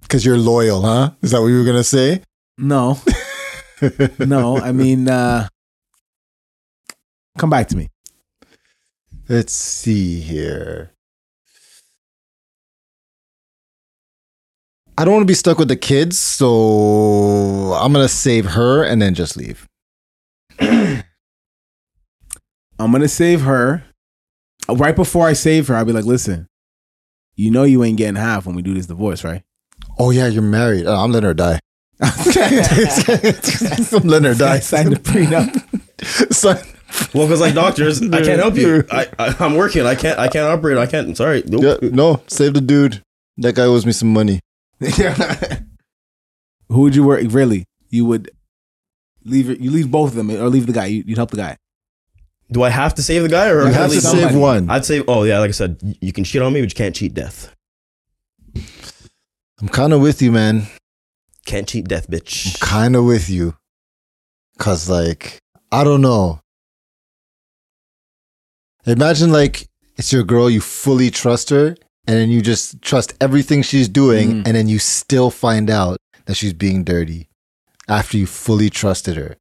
Speaker 5: Because you're loyal, huh? Is that what you were gonna say?
Speaker 3: no. no, I mean uh come back to me.
Speaker 5: Let's see here. I don't want to be stuck with the kids, so I'm gonna save her and then just leave.
Speaker 3: I'm gonna save her. Right before I save her, I'll be like, listen, you know you ain't getting half when we do this divorce, right?
Speaker 5: Oh yeah, you're married. Oh, I'm letting her die. I'm letting her die.
Speaker 3: Sign the prenup.
Speaker 5: Sign-
Speaker 4: Well, because like doctors, I can't help you. I, I I'm working. I can't. I can't operate. I can't. Sorry. Nope.
Speaker 5: Yeah, no, save the dude. That guy owes me some money.
Speaker 3: Who would you work really? You would leave you leave both of them or leave the guy. You, you'd help the guy.
Speaker 4: Do I have to save the guy or
Speaker 5: You
Speaker 4: at
Speaker 5: have to
Speaker 4: least-
Speaker 5: save one.
Speaker 4: I'd say, oh yeah, like I said, y- you can cheat on me, but you can't cheat death.
Speaker 5: I'm kind of with you, man.
Speaker 4: Can't cheat death, bitch.
Speaker 5: Kind of with you. Cause like, I don't know. Imagine like it's your girl, you fully trust her, and then you just trust everything she's doing,
Speaker 3: Mhm.
Speaker 5: and then you still find out that she's being dirty after you fully trusted her.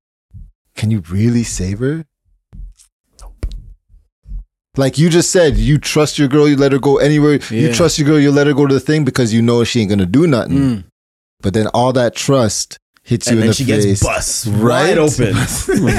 Speaker 5: Can you really save her? Like you just said, you trust your girl, you let her go anywhere. You
Speaker 3: Yeah.
Speaker 5: trust your girl, you let her go to the thing because you know she ain't gonna do nothing. But then all that trust hits you
Speaker 4: And
Speaker 5: in
Speaker 4: then
Speaker 5: the
Speaker 4: she
Speaker 5: face.
Speaker 4: gets bust
Speaker 5: Right?
Speaker 4: wide open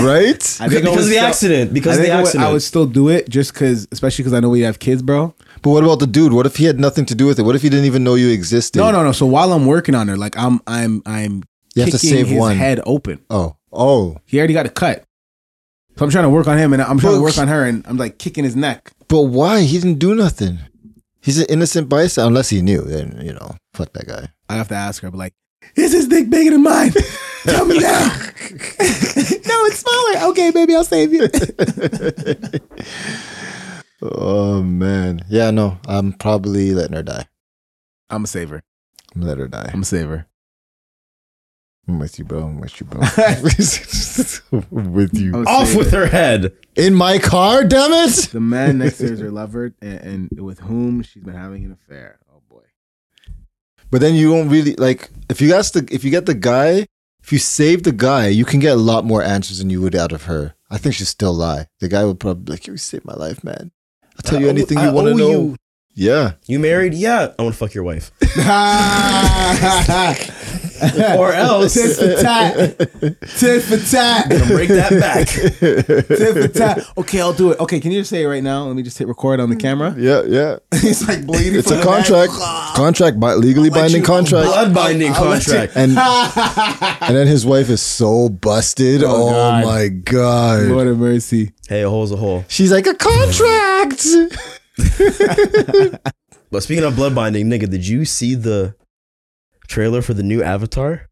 Speaker 5: right?
Speaker 3: I think I
Speaker 4: because of
Speaker 3: would
Speaker 4: the
Speaker 3: still-
Speaker 4: accident.
Speaker 3: I,
Speaker 4: Because of
Speaker 3: think
Speaker 4: the
Speaker 3: I, would,
Speaker 4: accident.
Speaker 3: I would still do it just because, especially because I know we have kids, bro.
Speaker 5: But what about the dude? What if he had nothing to do with it? What if he didn't even know you existed?
Speaker 3: No, no, no. So while I'm working on her, like I'm, I'm, I'm
Speaker 5: You have to
Speaker 3: kicking
Speaker 5: save
Speaker 3: his
Speaker 5: one.
Speaker 3: head open.
Speaker 5: Oh, oh.
Speaker 3: He already got a cut. So I'm trying to work on him and I'm trying to
Speaker 5: But-
Speaker 3: work on her and I'm like kicking his neck.
Speaker 5: But why? He didn't do nothing. He's an innocent bystander, unless he knew. Then you know, fuck that guy.
Speaker 3: I have to ask her, but like, is his dick bigger than mine? Tell me now. no, it's smaller. Okay, baby, I'll save you.
Speaker 5: Oh man, yeah, no, I'm probably letting her die.
Speaker 3: I'm a saver.
Speaker 5: I'm let her die.
Speaker 3: I'm a saver.
Speaker 5: I'm with you, bro. I'm with you, bro. I'm with you.
Speaker 4: Off with her head.
Speaker 5: In my car, damn it!
Speaker 3: The man next to her is her lover and, and with whom she's been having an affair. Oh boy.
Speaker 5: But then you don't really like if you ask the if you get the guy, if you save the guy, you can get a lot more answers than you would out of her. I think she'd still lie. The guy would probably be like, "You saved my life, man. I'll tell you anything you want to know." Yeah,
Speaker 4: You married? Yeah, I want to fuck your wife.
Speaker 3: or
Speaker 4: Or else-
Speaker 3: tit for tat, tit for tat,
Speaker 4: Break that back.
Speaker 3: tit for tat. Okay, I'll do it. Okay, can you just say it right now? Let me just hit record on the camera.
Speaker 5: yeah, yeah.
Speaker 3: He's like bleeding.
Speaker 5: It's
Speaker 3: from
Speaker 5: a
Speaker 3: the back.
Speaker 5: contract, contract, bi- legally
Speaker 3: let
Speaker 5: binding
Speaker 3: you-
Speaker 5: contract.
Speaker 4: Blood binding
Speaker 3: I'll let you-
Speaker 4: contract.
Speaker 5: and and then his wife is so busted. Oh,
Speaker 3: God.
Speaker 5: my god!
Speaker 3: Lord have mercy.
Speaker 4: Hey, a hole's a hole.
Speaker 5: She's like a contract.
Speaker 4: But speaking of blood binding, nigga, did you see the trailer for the new Avatar?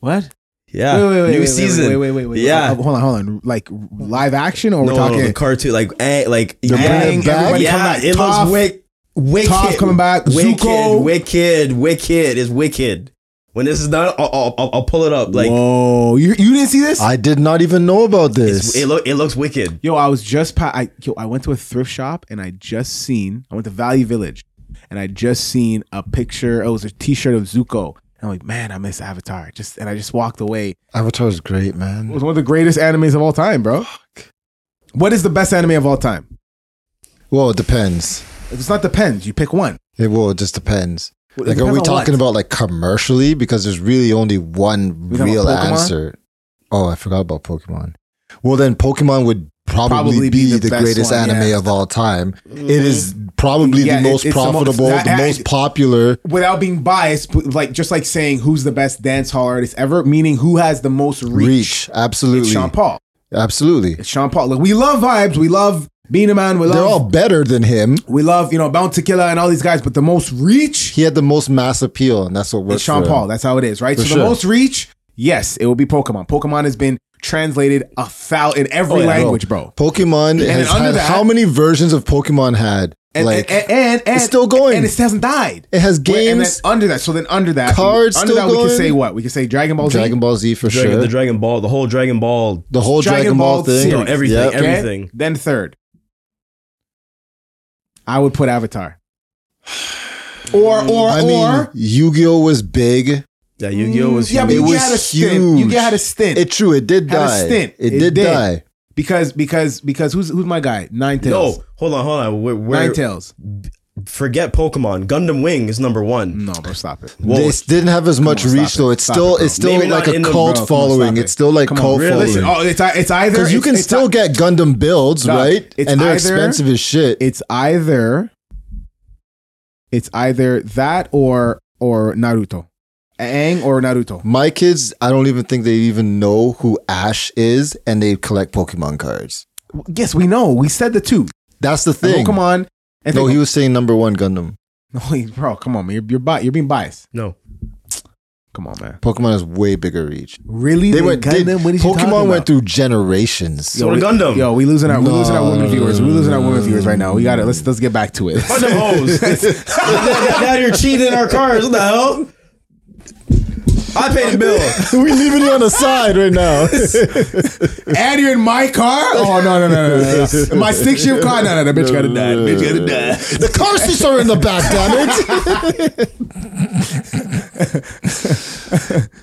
Speaker 3: What?
Speaker 4: Yeah,
Speaker 3: wait, wait, wait,
Speaker 4: new
Speaker 3: wait,
Speaker 4: season.
Speaker 3: Wait, wait, wait, wait.
Speaker 4: Yeah.
Speaker 3: Uh, hold on, hold on. Like live action, or
Speaker 4: No, no,
Speaker 3: we're talking
Speaker 4: no, the cartoon, like, eh, like,
Speaker 5: They're bringing it back?
Speaker 3: everybody coming
Speaker 4: yeah,
Speaker 3: back.
Speaker 4: it
Speaker 3: Toph-
Speaker 4: looks wick, wicked.
Speaker 3: Toph coming back.
Speaker 4: wicked,
Speaker 3: Zuko.
Speaker 4: wicked, wicked is wicked. When this is done, I'll, I'll, I'll, I'll pull it up. Like,
Speaker 3: Whoa, you you didn't see this?
Speaker 5: I did not even know about
Speaker 4: it's,
Speaker 5: this.
Speaker 4: it look, it looks wicked.
Speaker 3: Yo, I was just pa- I yo, I went to a thrift shop and I just seen I went to Valley Village and I just seen a picture. It was a T-shirt of Zuko. And I'm like, man, I miss Avatar. Just and I just walked away.
Speaker 5: Avatar is great, man.
Speaker 3: It was one of the greatest animes of all time, bro. What is the best anime of all time?
Speaker 5: Well, it depends.
Speaker 3: It's not the pens. You pick one.
Speaker 5: It well, it just depends.
Speaker 3: It
Speaker 5: Like, are
Speaker 3: depends
Speaker 5: we
Speaker 3: on
Speaker 5: talking
Speaker 3: what.
Speaker 5: about like commercially? Because there's really only one
Speaker 3: We talking
Speaker 5: real
Speaker 3: about Pokemon?
Speaker 5: answer. Oh, I forgot about Pokemon. Well, then Pokemon would probably, be, the,
Speaker 3: best
Speaker 5: greatest
Speaker 3: one,
Speaker 5: anime
Speaker 3: yeah. Mm-hmm.
Speaker 5: of all time. It is probably
Speaker 3: Yeah, it-
Speaker 5: the most
Speaker 3: it's the most-
Speaker 5: profitable, the most,
Speaker 3: that- that-
Speaker 5: popular.
Speaker 3: without being biased? but, Like just like saying who's the best dance hall artist ever, meaning who has the most
Speaker 5: Reach,
Speaker 3: reach. It's
Speaker 5: absolutely,
Speaker 3: Sean Paul.
Speaker 5: absolutely.
Speaker 3: It's Sean Paul. Look, we love vibes. We love being a man. We love
Speaker 5: They're all better than him.
Speaker 3: We love, you know, Bounty Killer and all these guys, but the most reach
Speaker 5: He had the most mass appeal, and that's what
Speaker 3: is
Speaker 5: works.
Speaker 3: Sean
Speaker 5: for him.
Speaker 3: Paul. That's how it is, right?
Speaker 5: For
Speaker 3: so
Speaker 5: sure.
Speaker 3: the most reach, yes, it will be Pokemon. Pokemon has been translated a foul in every
Speaker 4: Oh, yeah.
Speaker 3: language, bro.
Speaker 5: Pokemon has
Speaker 3: under
Speaker 5: had
Speaker 3: that-
Speaker 5: how many versions of Pokemon had?
Speaker 3: And,
Speaker 5: like
Speaker 3: and, and, and
Speaker 5: it's still going.
Speaker 3: and it hasn't died.
Speaker 5: it has
Speaker 3: Wait, and then
Speaker 5: games.
Speaker 3: under that, so then under that,
Speaker 5: Cards
Speaker 3: under
Speaker 5: still
Speaker 3: that, we
Speaker 5: going?
Speaker 3: can say what? We can say Dragon Ball Z,
Speaker 5: Dragon Ball Z for
Speaker 4: Dragon,
Speaker 5: sure.
Speaker 4: The
Speaker 5: The,
Speaker 4: Dragon Ball, the whole Dragon Ball.
Speaker 5: whole Dragon,
Speaker 3: Dragon
Speaker 5: Ball,
Speaker 3: Ball
Speaker 5: thing.
Speaker 3: series.
Speaker 4: No, everything,
Speaker 5: Yep.
Speaker 3: okay?
Speaker 4: everything.
Speaker 3: Then third, I would put Avatar, or or
Speaker 5: I
Speaker 3: or
Speaker 5: mean, Yu-Gi-Oh was big.
Speaker 4: Yeah, Yu-Gi-Oh was
Speaker 3: Mm, yeah, but
Speaker 5: It
Speaker 3: you
Speaker 5: was
Speaker 3: had a stint. You
Speaker 5: huge.
Speaker 3: had a stint.
Speaker 5: It true. It did
Speaker 3: Had a
Speaker 5: die.
Speaker 3: stint.
Speaker 5: It,
Speaker 3: It
Speaker 5: did,
Speaker 3: did.
Speaker 5: die.
Speaker 3: Because because because who's who's my guy? Nine tails.
Speaker 4: No, hold on, hold on. We're, we're-
Speaker 3: Nine tails.
Speaker 4: forget Pokemon. Gundam Wing is number one.
Speaker 3: No, bro, stop it.
Speaker 4: Whoa,
Speaker 5: This didn't have as much
Speaker 3: on, stop
Speaker 5: reach though.
Speaker 3: it.
Speaker 5: It's
Speaker 3: Stop
Speaker 5: still
Speaker 3: it, bro.
Speaker 5: it's still
Speaker 4: Maybe
Speaker 5: like
Speaker 4: not
Speaker 5: a
Speaker 4: in the-
Speaker 5: cult
Speaker 3: Bro, come on,
Speaker 5: following.
Speaker 3: stop it.
Speaker 5: it's still like
Speaker 3: Come
Speaker 5: cult
Speaker 3: on, really?
Speaker 5: following.
Speaker 3: Listen, oh, it's it's either
Speaker 5: Because you
Speaker 3: it's-
Speaker 5: can
Speaker 3: it's
Speaker 5: still
Speaker 3: ei-
Speaker 5: get Gundam builds,
Speaker 3: Dog,
Speaker 5: right?
Speaker 3: it's
Speaker 5: And they're
Speaker 3: either-
Speaker 5: expensive as shit.
Speaker 3: it's either it's either that or or Naruto, Aang or Naruto.
Speaker 5: My kids, I don't even think they even know who Ash is, and they collect Pokemon cards.
Speaker 3: Yes, we know. We said the two.
Speaker 5: That's the
Speaker 3: And
Speaker 5: thing.
Speaker 3: Pokemon. And
Speaker 5: No, he was saying number one Gundam.
Speaker 3: no, bro. Come on, man. You're you're, bi- you're being biased.
Speaker 4: No.
Speaker 3: Come on, man.
Speaker 5: Pokemon has way bigger reach.
Speaker 3: Really?
Speaker 5: They
Speaker 3: Then
Speaker 5: went. They,
Speaker 3: Gundam? What is you talking
Speaker 5: Pokemon went
Speaker 3: about?
Speaker 5: through generations.
Speaker 4: So did
Speaker 3: we-
Speaker 4: Gundam.
Speaker 3: Yo, we losing our we
Speaker 5: No,
Speaker 3: losing our
Speaker 5: no,
Speaker 3: women
Speaker 5: no,
Speaker 3: viewers.
Speaker 5: no,
Speaker 3: We losing
Speaker 5: no,
Speaker 3: our
Speaker 5: no,
Speaker 3: women
Speaker 5: no,
Speaker 3: viewers
Speaker 5: no,
Speaker 3: right now. We got
Speaker 5: no.
Speaker 3: to let's let's get back to it.
Speaker 4: Gundam hoes. now you're cheating our cars. What the hell? I paid the bill.
Speaker 5: We're leaving you on the side right now.
Speaker 3: and you're in my car? Oh no no no no! no, no. My six year car? No no no! Bitch gotta die! Bitch gotta die!
Speaker 5: the car seats are in the back, damn it.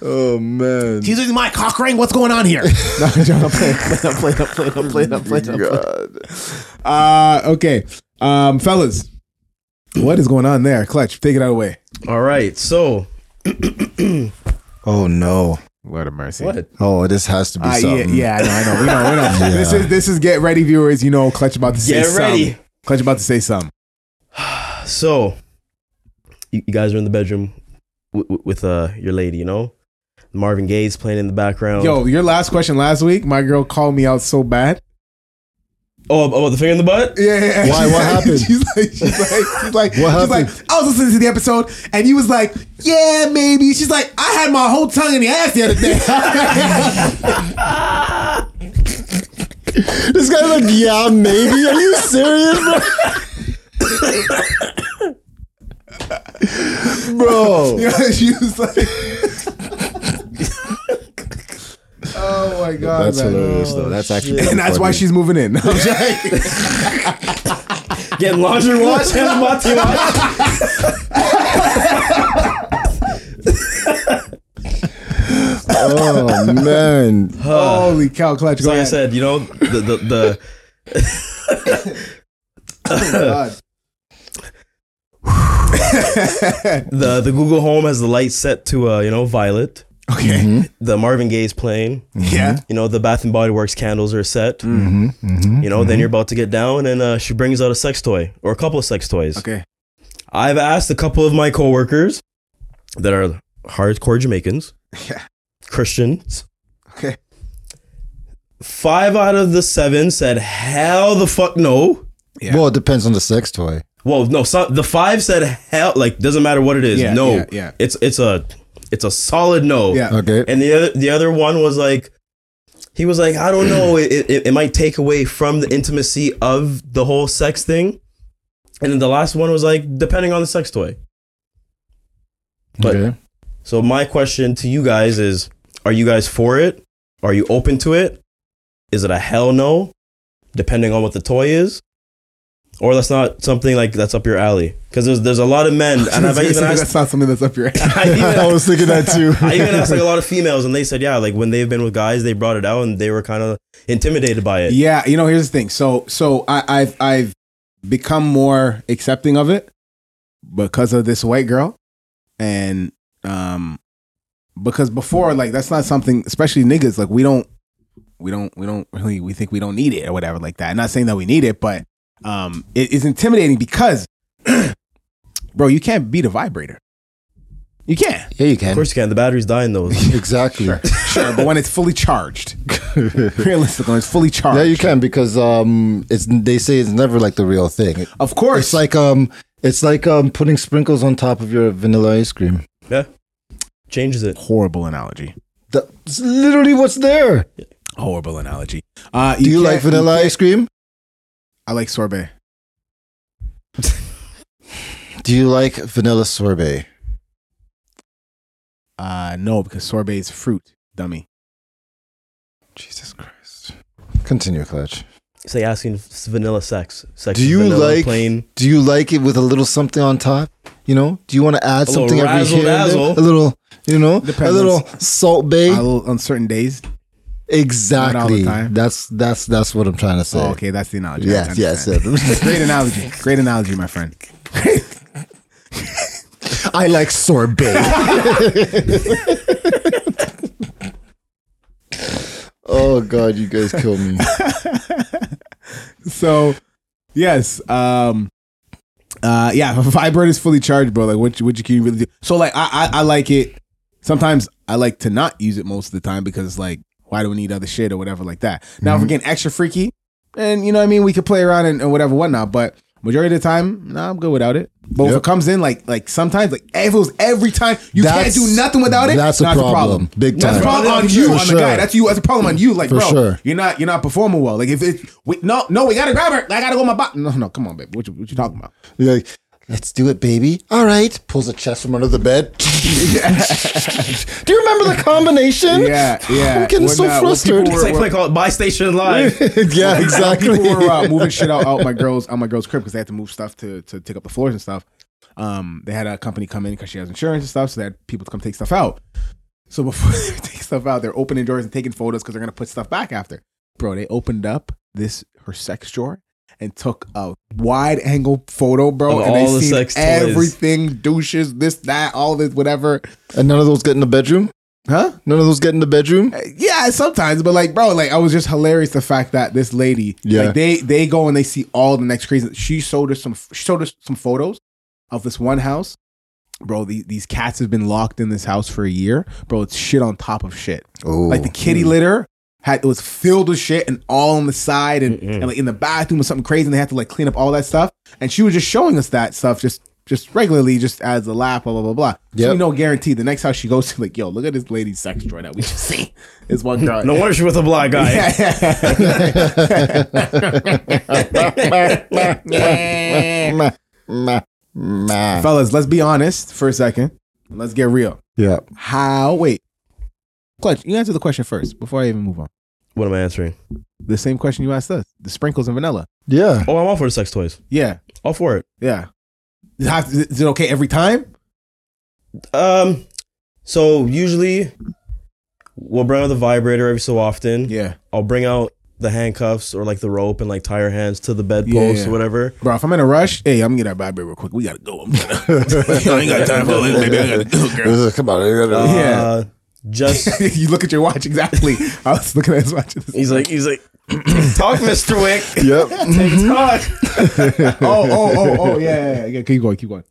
Speaker 5: oh man.
Speaker 3: He's using my cock ring. What's going on here? no, John, I'm playing. I'm playing. I'm playing. I'm playing. I'm playing. I'm playing.
Speaker 5: God.
Speaker 3: Uh, okay, um, fellas, what is going on there? Clutch, take it out away.
Speaker 4: All right, so
Speaker 5: Oh no.
Speaker 3: Lord of mercy.
Speaker 4: what?
Speaker 5: Oh, this has to be
Speaker 3: Uh, yeah,
Speaker 5: something.
Speaker 3: yeah, I know, I know, we know, we know. This is this is get ready, viewers. You know, Clutch about to say
Speaker 4: Get ready.
Speaker 3: something. Clutch about to say something.
Speaker 4: So you, you guys are in the bedroom w- w- with uh your lady, you know. Marvin Gaye's playing in the background.
Speaker 3: Yo, your last question last week, my girl called me out so bad.
Speaker 4: oh, about the finger in the butt.
Speaker 3: Yeah, yeah,
Speaker 5: Why?
Speaker 3: yeah. She's
Speaker 5: What
Speaker 3: like-
Speaker 5: happened?
Speaker 3: She's like, she's like, she's like, she's
Speaker 5: happened?
Speaker 3: like, I was listening to the episode, and you was like, yeah, maybe. She's like, I had my whole tongue in the ass the other day.
Speaker 5: This guy like, yeah, maybe. Are you serious, bro? bro.
Speaker 3: she was like, oh my god,
Speaker 5: That's
Speaker 3: man.
Speaker 5: hilarious though. That's actually
Speaker 3: And that's why she's moving in.
Speaker 4: Get laundry wash, hand wash, wash.
Speaker 5: oh man.
Speaker 3: Holy cow, clutch!
Speaker 4: It's
Speaker 3: Go
Speaker 4: like Uh, I
Speaker 3: ahead.
Speaker 4: said, you know, the the, the
Speaker 5: Oh,
Speaker 3: God.
Speaker 4: the the Google Home has the light set to uh, you know violet.
Speaker 3: okay.
Speaker 5: Mm-hmm.
Speaker 4: The Marvin Gaye's playing.
Speaker 3: Yeah.
Speaker 4: You know the Bath and Body Works candles are set.
Speaker 5: Mm-hmm. Mm-hmm.
Speaker 4: You know, then you're about to get down, and uh, she brings out a sex toy or a couple of sex toys.
Speaker 3: Okay.
Speaker 4: I've asked a couple of my coworkers that are hardcore Jamaicans,
Speaker 3: Yeah.
Speaker 4: Christians.
Speaker 3: Okay.
Speaker 4: Five out of the seven said, "Hell the fuck no."
Speaker 3: Yeah.
Speaker 5: Well, it depends on the sex toy.
Speaker 4: Well, no, so, the five said, "Hell," like doesn't matter what it is.
Speaker 3: Yeah,
Speaker 4: no,
Speaker 3: yeah, yeah.
Speaker 4: it's it's a it's a solid no.
Speaker 3: Yeah.
Speaker 5: Okay.
Speaker 4: And the other the other one was like, he was like, I don't know, it, it it might take away from the intimacy of the whole sex thing. And then the last one was like, depending on the sex toy. But
Speaker 5: okay.
Speaker 4: so my question to you guys is, are you guys for it? Are you open to it? Is it a hell no? Depending on what the toy is? Or that's not something like that's up your alley. Because there's there's a lot of men and I've even asked
Speaker 3: that's not something that's up your ass.
Speaker 4: I even
Speaker 5: I was thinking that too.
Speaker 4: I even asked like a lot of females, and they said, yeah, like when they've been with guys, they brought it out, and they were kind of intimidated by it.
Speaker 3: Yeah, you know, here's the thing. So so I, I've I've become more accepting of it because of this white girl, and um, because before like that's not something, especially niggas like we don't we don't we don't really we think we don't need it or whatever like that. I'm not saying that we need it, but um, it is intimidating because, bro, you can't beat a vibrator. You can't.
Speaker 5: yeah, you
Speaker 4: Of
Speaker 5: can.
Speaker 4: course you can. The batteries die in those.
Speaker 5: Exactly.
Speaker 3: Sure, but when it's fully charged, realistically, when it's fully charged.
Speaker 5: Yeah, you can because um, it's they say it's never like the real thing.
Speaker 3: Of course,
Speaker 5: It's like um, it's like um, putting sprinkles on top of your vanilla ice cream.
Speaker 4: yeah, changes it.
Speaker 3: horrible analogy.
Speaker 5: That's literally what's there.
Speaker 3: Horrible analogy. Uh,
Speaker 5: Do you
Speaker 3: can't-
Speaker 5: like vanilla
Speaker 3: can't-
Speaker 5: ice cream?
Speaker 3: I like sorbet.
Speaker 5: Do you like vanilla sorbet?
Speaker 3: Uh, no, because sorbet is fruit, dummy.
Speaker 5: Jesus Christ. Continue, Clutch.
Speaker 4: Say asking f- vanilla sex. Sex.
Speaker 5: Do
Speaker 4: is
Speaker 5: you
Speaker 4: vanilla,
Speaker 5: like?
Speaker 4: plain?
Speaker 5: Do you like it with a little something on top? You know? Do you want to add
Speaker 4: A little
Speaker 5: something every
Speaker 4: razzle
Speaker 5: here? and there?
Speaker 4: dazzle.
Speaker 5: A little, you know, a
Speaker 3: Depends.
Speaker 5: little salt
Speaker 3: I
Speaker 5: bay.
Speaker 3: will- on certain days.
Speaker 5: Exactly.
Speaker 3: Not all the time.
Speaker 5: That's that's that's what I'm trying to say.
Speaker 3: Oh, okay, that's the analogy. I
Speaker 5: Yes, yes.
Speaker 3: understand.
Speaker 5: yes.
Speaker 3: Great analogy. Great analogy, my friend.
Speaker 5: I like sorbet. oh god, you guys kill me.
Speaker 3: So, yes. Um, uh, yeah, vibrate is fully charged, bro. Like, what you, what you can really do? So, like, I, I I like it. Sometimes I like to not use it most of the time because it's like, why do we need other shit or whatever like that? Now,
Speaker 5: Mm-hmm.
Speaker 3: if we're getting extra freaky, and you know what I mean, we could play around and, and whatever whatnot. But majority of the time, nah, I'm good without it. But if
Speaker 5: Yep.
Speaker 3: it comes in like like sometimes, like if it was every time, you can't
Speaker 5: That's-
Speaker 3: do nothing without it.
Speaker 5: that's a
Speaker 3: nah, it's
Speaker 5: problem. Big
Speaker 3: That's a
Speaker 5: time.
Speaker 3: problem on
Speaker 5: For
Speaker 3: you, on
Speaker 5: sure.
Speaker 3: the guy. That's you. That's a problem on you. Like,
Speaker 5: For
Speaker 3: bro,
Speaker 5: sure.
Speaker 3: you're not you're not performing well. Like if it we, no no we gotta grab her. I gotta go my bot. No no come on baby. What you, what you talking about?
Speaker 5: You're like, let's do it, baby. All right. Pulls a chest from under the bed. do you remember the combination?
Speaker 3: Yeah yeah.
Speaker 5: I'm getting
Speaker 3: When,
Speaker 5: so
Speaker 3: uh, when
Speaker 5: flustered.
Speaker 3: people
Speaker 4: It's
Speaker 3: were-
Speaker 4: like play called Buy Station Live.
Speaker 5: yeah, exactly.
Speaker 3: People were uh, moving shit out, out my girls out my girls crib because they had to move stuff to to take up the floors and stuff. Um, they had a company come in because she has insurance and stuff, so they had people to come take stuff out. So before they take stuff out, they're opening drawers and taking photos because they're gonna put stuff back after. Bro, they opened up this her sex drawer and took a wide angle photo, bro,
Speaker 4: Of
Speaker 3: and they
Speaker 4: all the
Speaker 3: seen
Speaker 4: sex toys.
Speaker 3: everything, douches, this, that, all this, whatever.
Speaker 5: and none of those get in the bedroom?
Speaker 3: Huh?
Speaker 5: None of those get in the bedroom?
Speaker 3: Yeah, sometimes, but like, bro, like I was just hilarious the fact that this lady,
Speaker 5: Yeah.
Speaker 3: like they they go and they see all the next crazy. She showed us some she showed us some photos of this one house, bro. These these cats have been locked in this house for a year, bro. It's shit on top of shit.
Speaker 5: Oh.
Speaker 3: Like the kitty litter had it was filled with shit and all on the side and, and like in the bathroom was something crazy and they had to like clean up all that stuff. And she was just showing us that stuff just just regularly, just as a laugh, blah blah blah blah. So
Speaker 5: Yep.
Speaker 3: we know guarantee the next house she goes to, like, yo, look at this lady's sex drawer that we just see. This one girl.
Speaker 4: no wonder she's with a black guy.
Speaker 5: Meh, meh, meh.
Speaker 3: Fellas, let's be honest for a second. Let's get real.
Speaker 5: Yeah.
Speaker 3: How wait. Clutch, you answer the question first before I even move on.
Speaker 4: What am I answering?
Speaker 3: The same question you asked us. The sprinkles and vanilla.
Speaker 5: Yeah.
Speaker 4: Oh, I'm all for the sex toys.
Speaker 3: Yeah.
Speaker 4: All for it.
Speaker 3: Yeah. Is it have- is it okay every time?
Speaker 4: Um, so usually we'll bring out the vibrator every so often.
Speaker 3: Yeah.
Speaker 4: I'll bring out the handcuffs or like the rope and like tie her hands to the bedpost
Speaker 3: Yeah, yeah.
Speaker 4: or whatever.
Speaker 3: Bro, if I'm in a rush, hey, I'm gonna get that vibrator real quick. We gotta go. I'm gonna, I ain't got time for all this, baby. I gotta go, girl. Oh.
Speaker 5: Come on, you gotta-
Speaker 4: Uh,
Speaker 3: Yeah.
Speaker 4: Just
Speaker 3: you look at your watch exactly. I was looking at his watch.
Speaker 4: he's like he's like talk, Mister Wick.
Speaker 5: Yep.
Speaker 3: oh, oh, oh, oh, yeah, yeah, yeah, yeah. Keep going, keep going.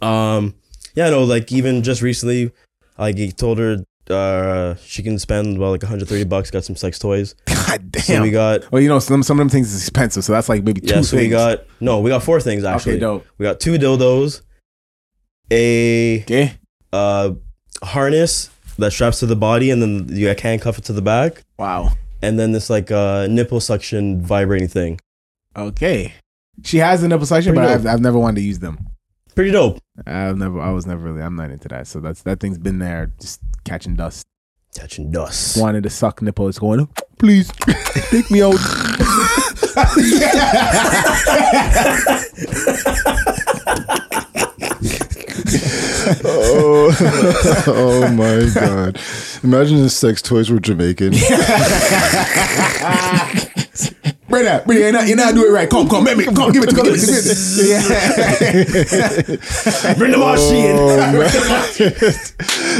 Speaker 4: Um, yeah, no, like even just recently, like he told her uh she can spend well like 130 bucks. Got some sex toys.
Speaker 3: God damn.
Speaker 4: So we got
Speaker 3: well, you know, some some of them things is expensive, so that's like maybe two
Speaker 4: yeah. So we
Speaker 3: things.
Speaker 4: got no, we got four things actually.
Speaker 3: okay, dope.
Speaker 4: We got two dildos, a
Speaker 3: Okay.
Speaker 4: uh harness that straps to the body, and then you like, handcuff it to the back,
Speaker 3: Wow.
Speaker 4: and then this like uh nipple suction vibrating thing.
Speaker 3: Okay. She has the nipple suction, but
Speaker 4: Pretty
Speaker 3: I've, I've never wanted to use them.
Speaker 4: Pretty dope.
Speaker 3: I've never, I was never really, I'm not into that. So that's that thing's been there, just catching dust.
Speaker 4: Touching dust.
Speaker 3: Wanted to suck nipple. It's
Speaker 5: "Oh,
Speaker 3: going, please, take me out.
Speaker 5: Oh, oh my god! Imagine if sex toys were Jamaican.
Speaker 3: Bring that, bring it. You're not, you're not doing it right. Come, come, let me, come, give it to me. Give it to me. Yeah.
Speaker 4: Bring the machine.
Speaker 5: Oh, man.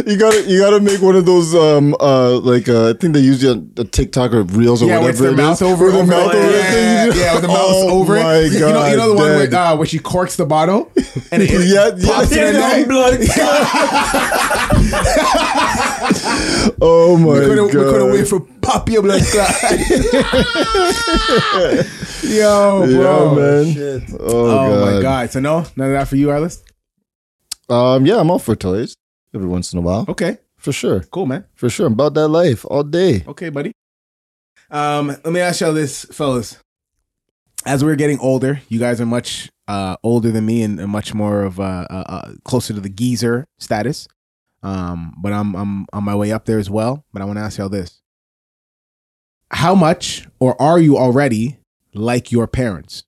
Speaker 5: you gotta you gotta make one of those um uh like uh, I think they use on the TikTok or reels or
Speaker 3: yeah, with
Speaker 5: whatever. it
Speaker 3: the
Speaker 5: is.
Speaker 3: mouth over,
Speaker 5: With the
Speaker 3: over
Speaker 5: mouth
Speaker 3: it. Oh,
Speaker 5: over
Speaker 3: yeah,
Speaker 5: it.
Speaker 3: yeah, with the mouth
Speaker 5: Oh
Speaker 3: over it.
Speaker 5: my
Speaker 3: You know, you know the one
Speaker 5: God,
Speaker 3: where,
Speaker 5: dang.
Speaker 3: uh, where she corks the bottle and it, it
Speaker 5: Yeah,
Speaker 3: pops
Speaker 5: yeah.
Speaker 3: in her neck?
Speaker 5: Oh my
Speaker 3: We couldn't,
Speaker 5: god!
Speaker 3: we couldn't wait for pop your blood clot. Yo, bro.
Speaker 5: yeah, man. Oh,
Speaker 3: Oh
Speaker 5: god.
Speaker 3: my god. So no, none of that for you, Arliss?
Speaker 5: Um, yeah, I'm all for toys every once in a while,
Speaker 3: Okay.
Speaker 5: for sure,
Speaker 3: Cool, man.
Speaker 5: for sure. I'm about that life all day.
Speaker 3: Okay, buddy. Um, let me ask y'all this, fellas. As we're getting older, you guys are much uh, older than me and, and much more of uh, uh, uh, closer to the geezer status. Um, but I'm I'm on my way up there as well. But I want to ask y'all this: How much, or are you already like your parents?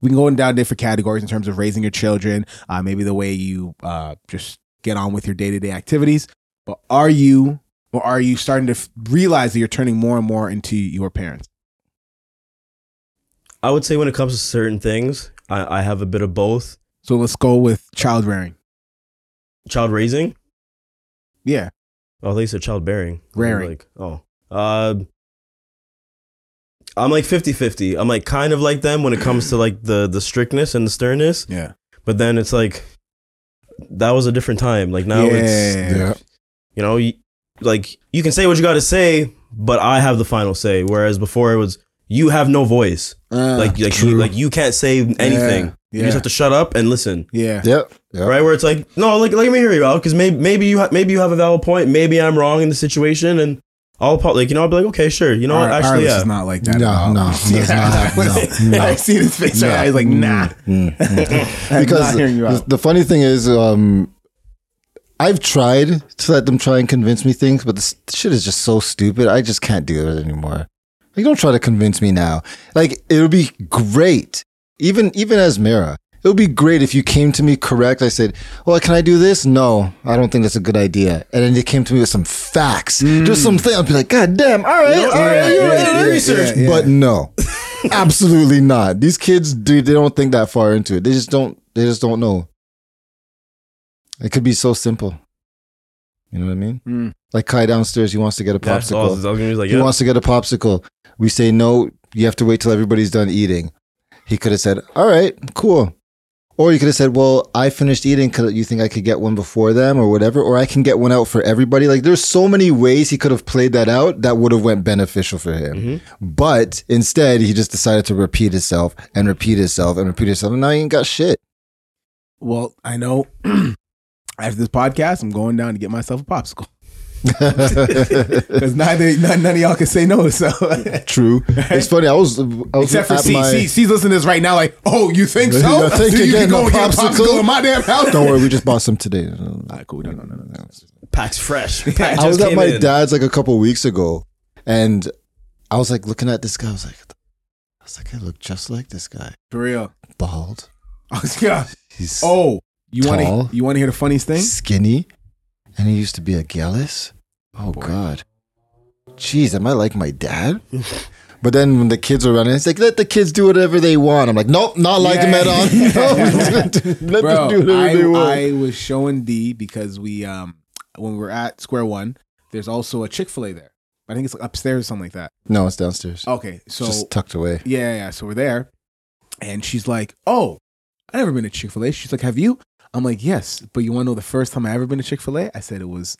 Speaker 3: We can go in down different categories in terms of raising your children, uh, maybe the way you uh, just get on with your day to day activities. But are you or are you starting to f- realize that you're turning more and more into your parents?
Speaker 4: I would say when it comes to certain things, I, I have a bit of both.
Speaker 3: So let's go with child rearing.
Speaker 4: Child raising.
Speaker 3: Yeah.
Speaker 4: Oh, they said child bearing.
Speaker 3: Rearing.
Speaker 4: Like, oh. Uh, I'm like 50 50. I'm like kind of like them when it comes to like the, the strictness and the sternness.
Speaker 3: Yeah.
Speaker 4: But then it's like, that was a different time. Like now it's,
Speaker 3: Yeah.
Speaker 4: you know, you, like you can say what you got to say, but I have the final say. Whereas before it was, you have no voice.
Speaker 5: Ah,
Speaker 4: like, like, you, like you can't say anything. You
Speaker 3: Yeah.
Speaker 4: just have to shut up and listen.
Speaker 3: Yeah.
Speaker 5: Yep. yep.
Speaker 4: Right where it's like, no, like let me hear you out because maybe maybe you ha- maybe you have a valid point. Maybe I'm wrong in the situation, and I'll po- like you know I'll be like, okay, sure. You know what?
Speaker 3: Ar-
Speaker 4: Actually,
Speaker 3: Arliss
Speaker 4: yeah.
Speaker 3: is not like that.
Speaker 5: No,
Speaker 3: at all.
Speaker 5: no, that's not- no, Mm. no.
Speaker 3: I see his face right now. He's like, nah. I'm
Speaker 5: because
Speaker 3: not hearing you
Speaker 5: the,
Speaker 3: out.
Speaker 5: the funny thing is, um, I've tried to let them try and convince me things, but this shit is just so stupid. I just can't do it anymore. Like, don't try to convince me now. Like, it would be great, even even as Mira. It would be great if you came to me correct. I said, "Well, can I do this?" No, I don't think that's a good idea. And then you came to me with some facts, just some thing. I'd be like, "God damn! All right, all right,
Speaker 3: Mm. yeah,
Speaker 5: you
Speaker 3: yeah,
Speaker 5: right on
Speaker 3: yeah,
Speaker 5: the research."
Speaker 3: yeah, yeah.
Speaker 5: But no, absolutely not. These kids, dude, they don't think that far into it. They just don't. They just don't know. It could be so simple. You know what I mean?
Speaker 3: Mm.
Speaker 5: Like Kai downstairs, he wants to get a
Speaker 4: That's all. I
Speaker 5: popsicle.
Speaker 4: was gonna be like,
Speaker 5: He
Speaker 4: yeah.
Speaker 5: wants to get a popsicle. We say no. You have to wait till everybody's done eating. He could have said, "All right, cool." Or you could have said, "Well, I finished eating. Could you think I could get one before them, or whatever? Or I can get one out for everybody." Like, there's so many ways he could have played that out that would have went beneficial for him.
Speaker 4: Mm-hmm.
Speaker 5: But instead, he just decided to repeat himself and repeat himself and repeat himself, and now he ain't got shit.
Speaker 3: Well, I know after this podcast, I'm going down to get myself a popsicle. Because neither none, none of y'all can say no. So
Speaker 5: True. It's funny. I was, I was
Speaker 3: except for
Speaker 5: at
Speaker 3: C,
Speaker 5: my-
Speaker 3: C, C's listening to this right now, like, oh, you think so?
Speaker 5: You think
Speaker 3: so
Speaker 5: you're
Speaker 3: you can
Speaker 5: getting
Speaker 3: go
Speaker 5: a
Speaker 3: and get a
Speaker 5: popsicle?
Speaker 3: popsicle in my damn house?
Speaker 5: Don't worry, we just bought some today.
Speaker 3: Ah, cool. No, no, no, no, no.
Speaker 4: packs fresh. Packs
Speaker 5: I was
Speaker 4: just
Speaker 5: at
Speaker 4: came
Speaker 5: my
Speaker 4: in.
Speaker 5: dad's like a couple weeks ago, and I was like looking at this guy. I was like, I was like, I look just like this guy,
Speaker 3: For real.
Speaker 5: bald.
Speaker 3: yeah.
Speaker 5: He's
Speaker 3: Oh, you want
Speaker 5: Tall.
Speaker 3: to you want to hear the funniest thing?
Speaker 5: skinny, and he used to be a gallus. Oh God, jeez, am I like my dad? But then when the kids are running, it's like let the kids do whatever they want. I'm like, nope, not like them at all. let them do
Speaker 3: Bro,
Speaker 5: whatever they want.
Speaker 3: I, I was showing D because we um when we were at Square One, there's also a Chick Fil A there. I think it's upstairs or something like that.
Speaker 5: no, it's downstairs.
Speaker 3: Okay, Oh, so
Speaker 5: just tucked away.
Speaker 3: Yeah, yeah, yeah. So we're there, and she's like, "Oh, I never been to Chick Fil A." She's like, "Have you?" I'm like, "Yes," but you want to know the first time I ever been to Chick Fil A? I said it was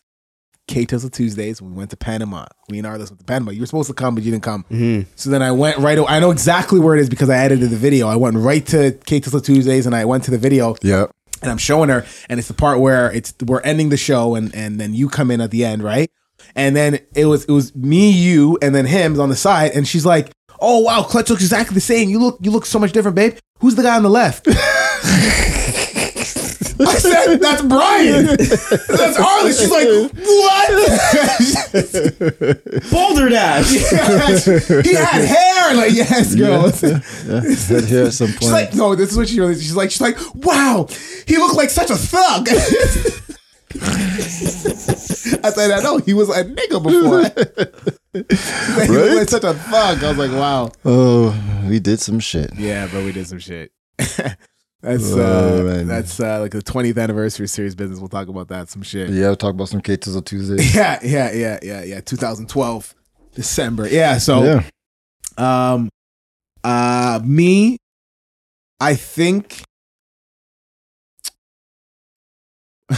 Speaker 3: K Tuzzle Tuesdays. when We went to Panama. Me and Arliss went to Panama. You were supposed to come, but you didn't come. So then I went right. o- I know exactly where it is because I edited the video. I went right to K Tuzzle Tuesdays, and I went to the video
Speaker 5: Yep.
Speaker 3: and I'm showing her, and it's the part where it's we're ending the show, and and then you come in at the end, right? And then it was it was me, you, and then him on the side, and she's like, "Oh wow, Clutch looks exactly the same. You look you look so much different, babe. Who's the guy on the left?" I said, "That's Brian. That's Harley." She's like, "What?"
Speaker 4: Boulder Dash.
Speaker 3: he had hair. Like, yes, girl.
Speaker 5: Yeah, head here at some
Speaker 3: She's
Speaker 5: point.
Speaker 3: like, no, this is what she really. She's like, she's like, wow, he looked like such a thug. I said, I know he was a nigga before. he
Speaker 5: Right?
Speaker 3: looked like such a thug. I was like, wow.
Speaker 5: oh, we did some shit.
Speaker 3: Yeah, but we did some shit. that's
Speaker 5: Oh,
Speaker 3: uh,
Speaker 5: man.
Speaker 3: that's uh, like the 20th anniversary series business. We'll talk about that some shit.
Speaker 5: Yeah, we'll talk about some K Tizzle Tuesday.
Speaker 3: Yeah, yeah, yeah, yeah, yeah. 2012 December. Yeah, so
Speaker 5: Yeah.
Speaker 3: Um, uh, me, I think,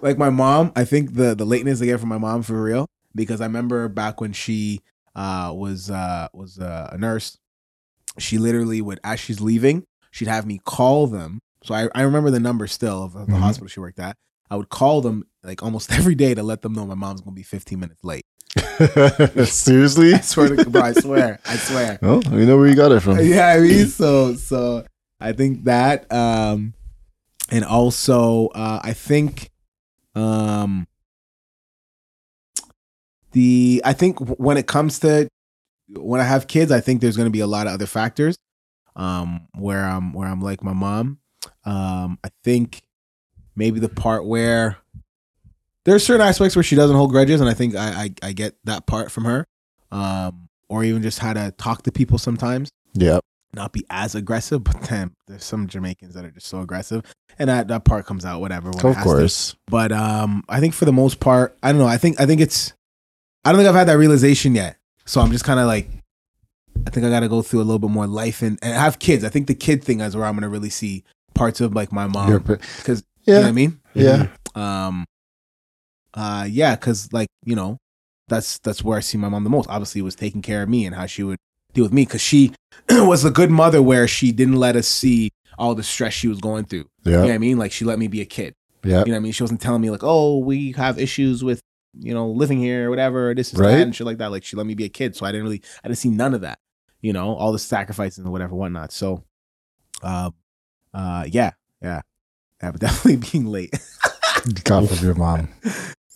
Speaker 3: like my mom. I think the the lateness I get from my mom for real because I remember back when she uh was uh was uh, a nurse, she literally would as she's leaving, she'd have me call them. So I I remember the number still of, of the
Speaker 5: Mhm.
Speaker 3: hospital she worked at. I would call them like almost every day to let them know my mom's gonna be 15 minutes late.
Speaker 5: Seriously?
Speaker 3: I swear to God, I swear, I swear.
Speaker 5: Well, we know where you got it from.
Speaker 3: yeah i mean so so i think that um and also uh i think um the i think w- when it comes to when i have kids i think there's going to be a lot of other factors um where i'm where i'm like my mom um i think maybe the part where there's certain aspects where she doesn't hold grudges and i think i i, I get that part from her um or even just how to talk to people sometimes
Speaker 5: Yeah.
Speaker 3: not be as aggressive, but damn, there's some Jamaicans that are just so aggressive, and that, that part comes out whatever. when it
Speaker 5: Of
Speaker 3: has to.
Speaker 5: course.
Speaker 3: But um, I think for the most part, I don't know. I think I think it's, I don't think I've had that realization yet. So I'm just kind of like, I think I got to go through a little bit more life and, and have kids. I think the kid thing is where I'm gonna really see parts of like my
Speaker 5: You're
Speaker 3: mom
Speaker 5: pre-
Speaker 3: um, 'cause- you know what I
Speaker 5: yeah.
Speaker 3: mean?
Speaker 5: Yeah.
Speaker 3: Um, uh, yeah, because like you know, that's that's where I see my mom the most. Obviously, was taking care of me and how she would deal with me because she was the good mother where she didn't let us see all the stress she was going through. You know what
Speaker 5: Yeah.
Speaker 3: I mean? Like she let me be a kid.
Speaker 5: Yeah.
Speaker 3: You know what I mean? She wasn't telling me like, oh, we have issues with you know living here or whatever, this is
Speaker 5: Right.
Speaker 3: that and shit like that. Like she let me be a kid, so I didn't really, I didn't see none of that. You know, all the sacrifices and whatever, whatnot. So, uh, uh, yeah, yeah, yeah, but definitely being late.
Speaker 5: God of your mom.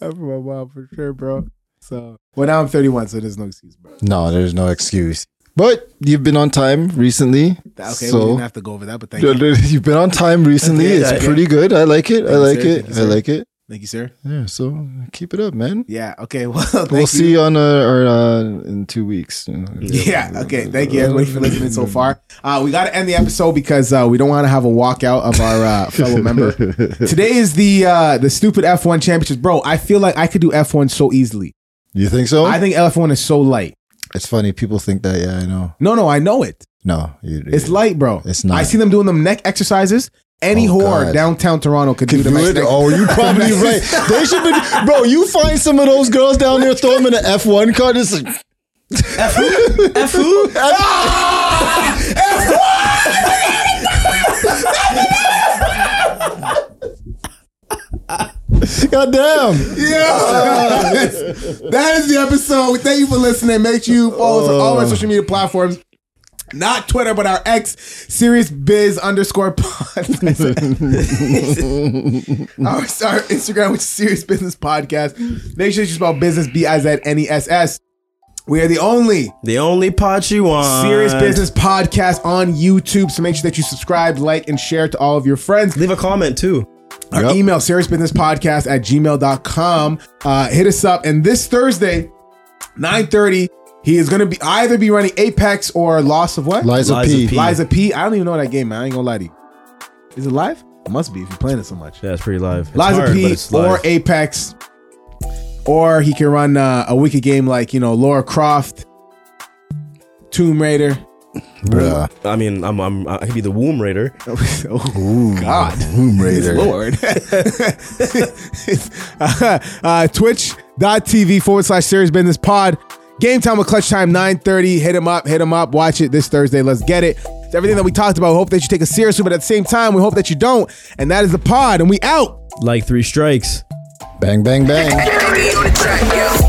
Speaker 3: That's my mom for sure, bro. So well, now I'm 31, so there's no excuse, bro.
Speaker 5: No, there's no excuse. But you've been on time recently.
Speaker 3: That- Okay, we
Speaker 5: so
Speaker 3: didn't have to go over that, but thank you,
Speaker 5: you've been on time recently.
Speaker 4: Yeah,
Speaker 5: it's
Speaker 4: yeah.
Speaker 5: pretty good. I like it. I
Speaker 3: you,
Speaker 5: like
Speaker 3: sir.
Speaker 5: it.
Speaker 3: Thank you,
Speaker 5: I
Speaker 3: sir.
Speaker 5: like it.
Speaker 3: thank you, sir.
Speaker 5: Yeah. So keep it up, man.
Speaker 3: Yeah. Okay. Well, thank
Speaker 5: we'll
Speaker 3: you.
Speaker 5: see you on uh, our, uh, in two weeks.
Speaker 3: Yeah. Okay. Thank you everybody for listening so far. Uh, we got to end the episode because uh, we don't want to have a walkout of our uh, fellow member. Today is the uh, the stupid F1 championships, bro. I feel like I could do F1 so easily.
Speaker 5: You think so?
Speaker 3: I think F1 is so light.
Speaker 5: it's funny. People think that. Yeah, I know.
Speaker 3: No, no, I know it.
Speaker 5: No, you,
Speaker 3: It's
Speaker 5: you-
Speaker 3: light, bro.
Speaker 5: It's not.
Speaker 3: I see them doing them neck exercises. Any
Speaker 5: Oh,
Speaker 3: whore
Speaker 5: God.
Speaker 3: downtown Toronto could do,
Speaker 5: Do
Speaker 3: them as
Speaker 5: it?
Speaker 3: neck-
Speaker 5: Oh, you're probably right. They should be, bro. You find some of those girls down there, throw them in an F1 car. Just like,
Speaker 4: F who?
Speaker 3: Ah!
Speaker 5: goddamn.
Speaker 3: Yes. that is the episode. We Thank you for listening. Make sure you follow us on all our social media platforms. Not Twitter, but our ex, Serious Biz underscore pod. our, our Instagram, which is Serious Business Podcast. Make sure you spell business, B I Z N E S S. We are the only
Speaker 4: The only pot you want.
Speaker 3: Serious Business Podcast on YouTube. So make sure that you subscribe, like, and share to all of your friends.
Speaker 4: Leave a comment too.
Speaker 3: Our
Speaker 5: Yep.
Speaker 3: email, seriousbusinesspodcast at gmail.com. Uh, hit us up. And this Thursday, 9.30, he is going to be either be running Apex or Loss of what?
Speaker 5: Liza,
Speaker 4: Liza
Speaker 5: P.
Speaker 4: P.
Speaker 3: Liza P. I don't even know that game, man. I ain't going to lie to you. Is it live? It must be if you're playing it so much.
Speaker 4: Yeah, it's pretty live. It's
Speaker 3: Liza
Speaker 4: hard, but
Speaker 3: P
Speaker 4: it's
Speaker 3: or
Speaker 4: live.
Speaker 3: Apex, or he can run uh, a wicked game like you know Laura Croft, Tomb Raider.
Speaker 5: Bruh.
Speaker 4: I mean, I'm, I'm I could be the womb raider.
Speaker 3: oh God,
Speaker 5: Tomb Raider.
Speaker 3: Lord. uh, uh, Twitch.tv forward slash Serious Business Pod. Game time with Clutch Time 9:30. Hit him up. Hit him up. Watch it this Thursday. Let's get it. It's everything that we talked about. We hope that you take it seriously, but at the same time, we hope that you don't. And that is the pod. And we out.
Speaker 4: Like three strikes.
Speaker 5: Bang, bang, bang.
Speaker 6: Dirty on the track, yo.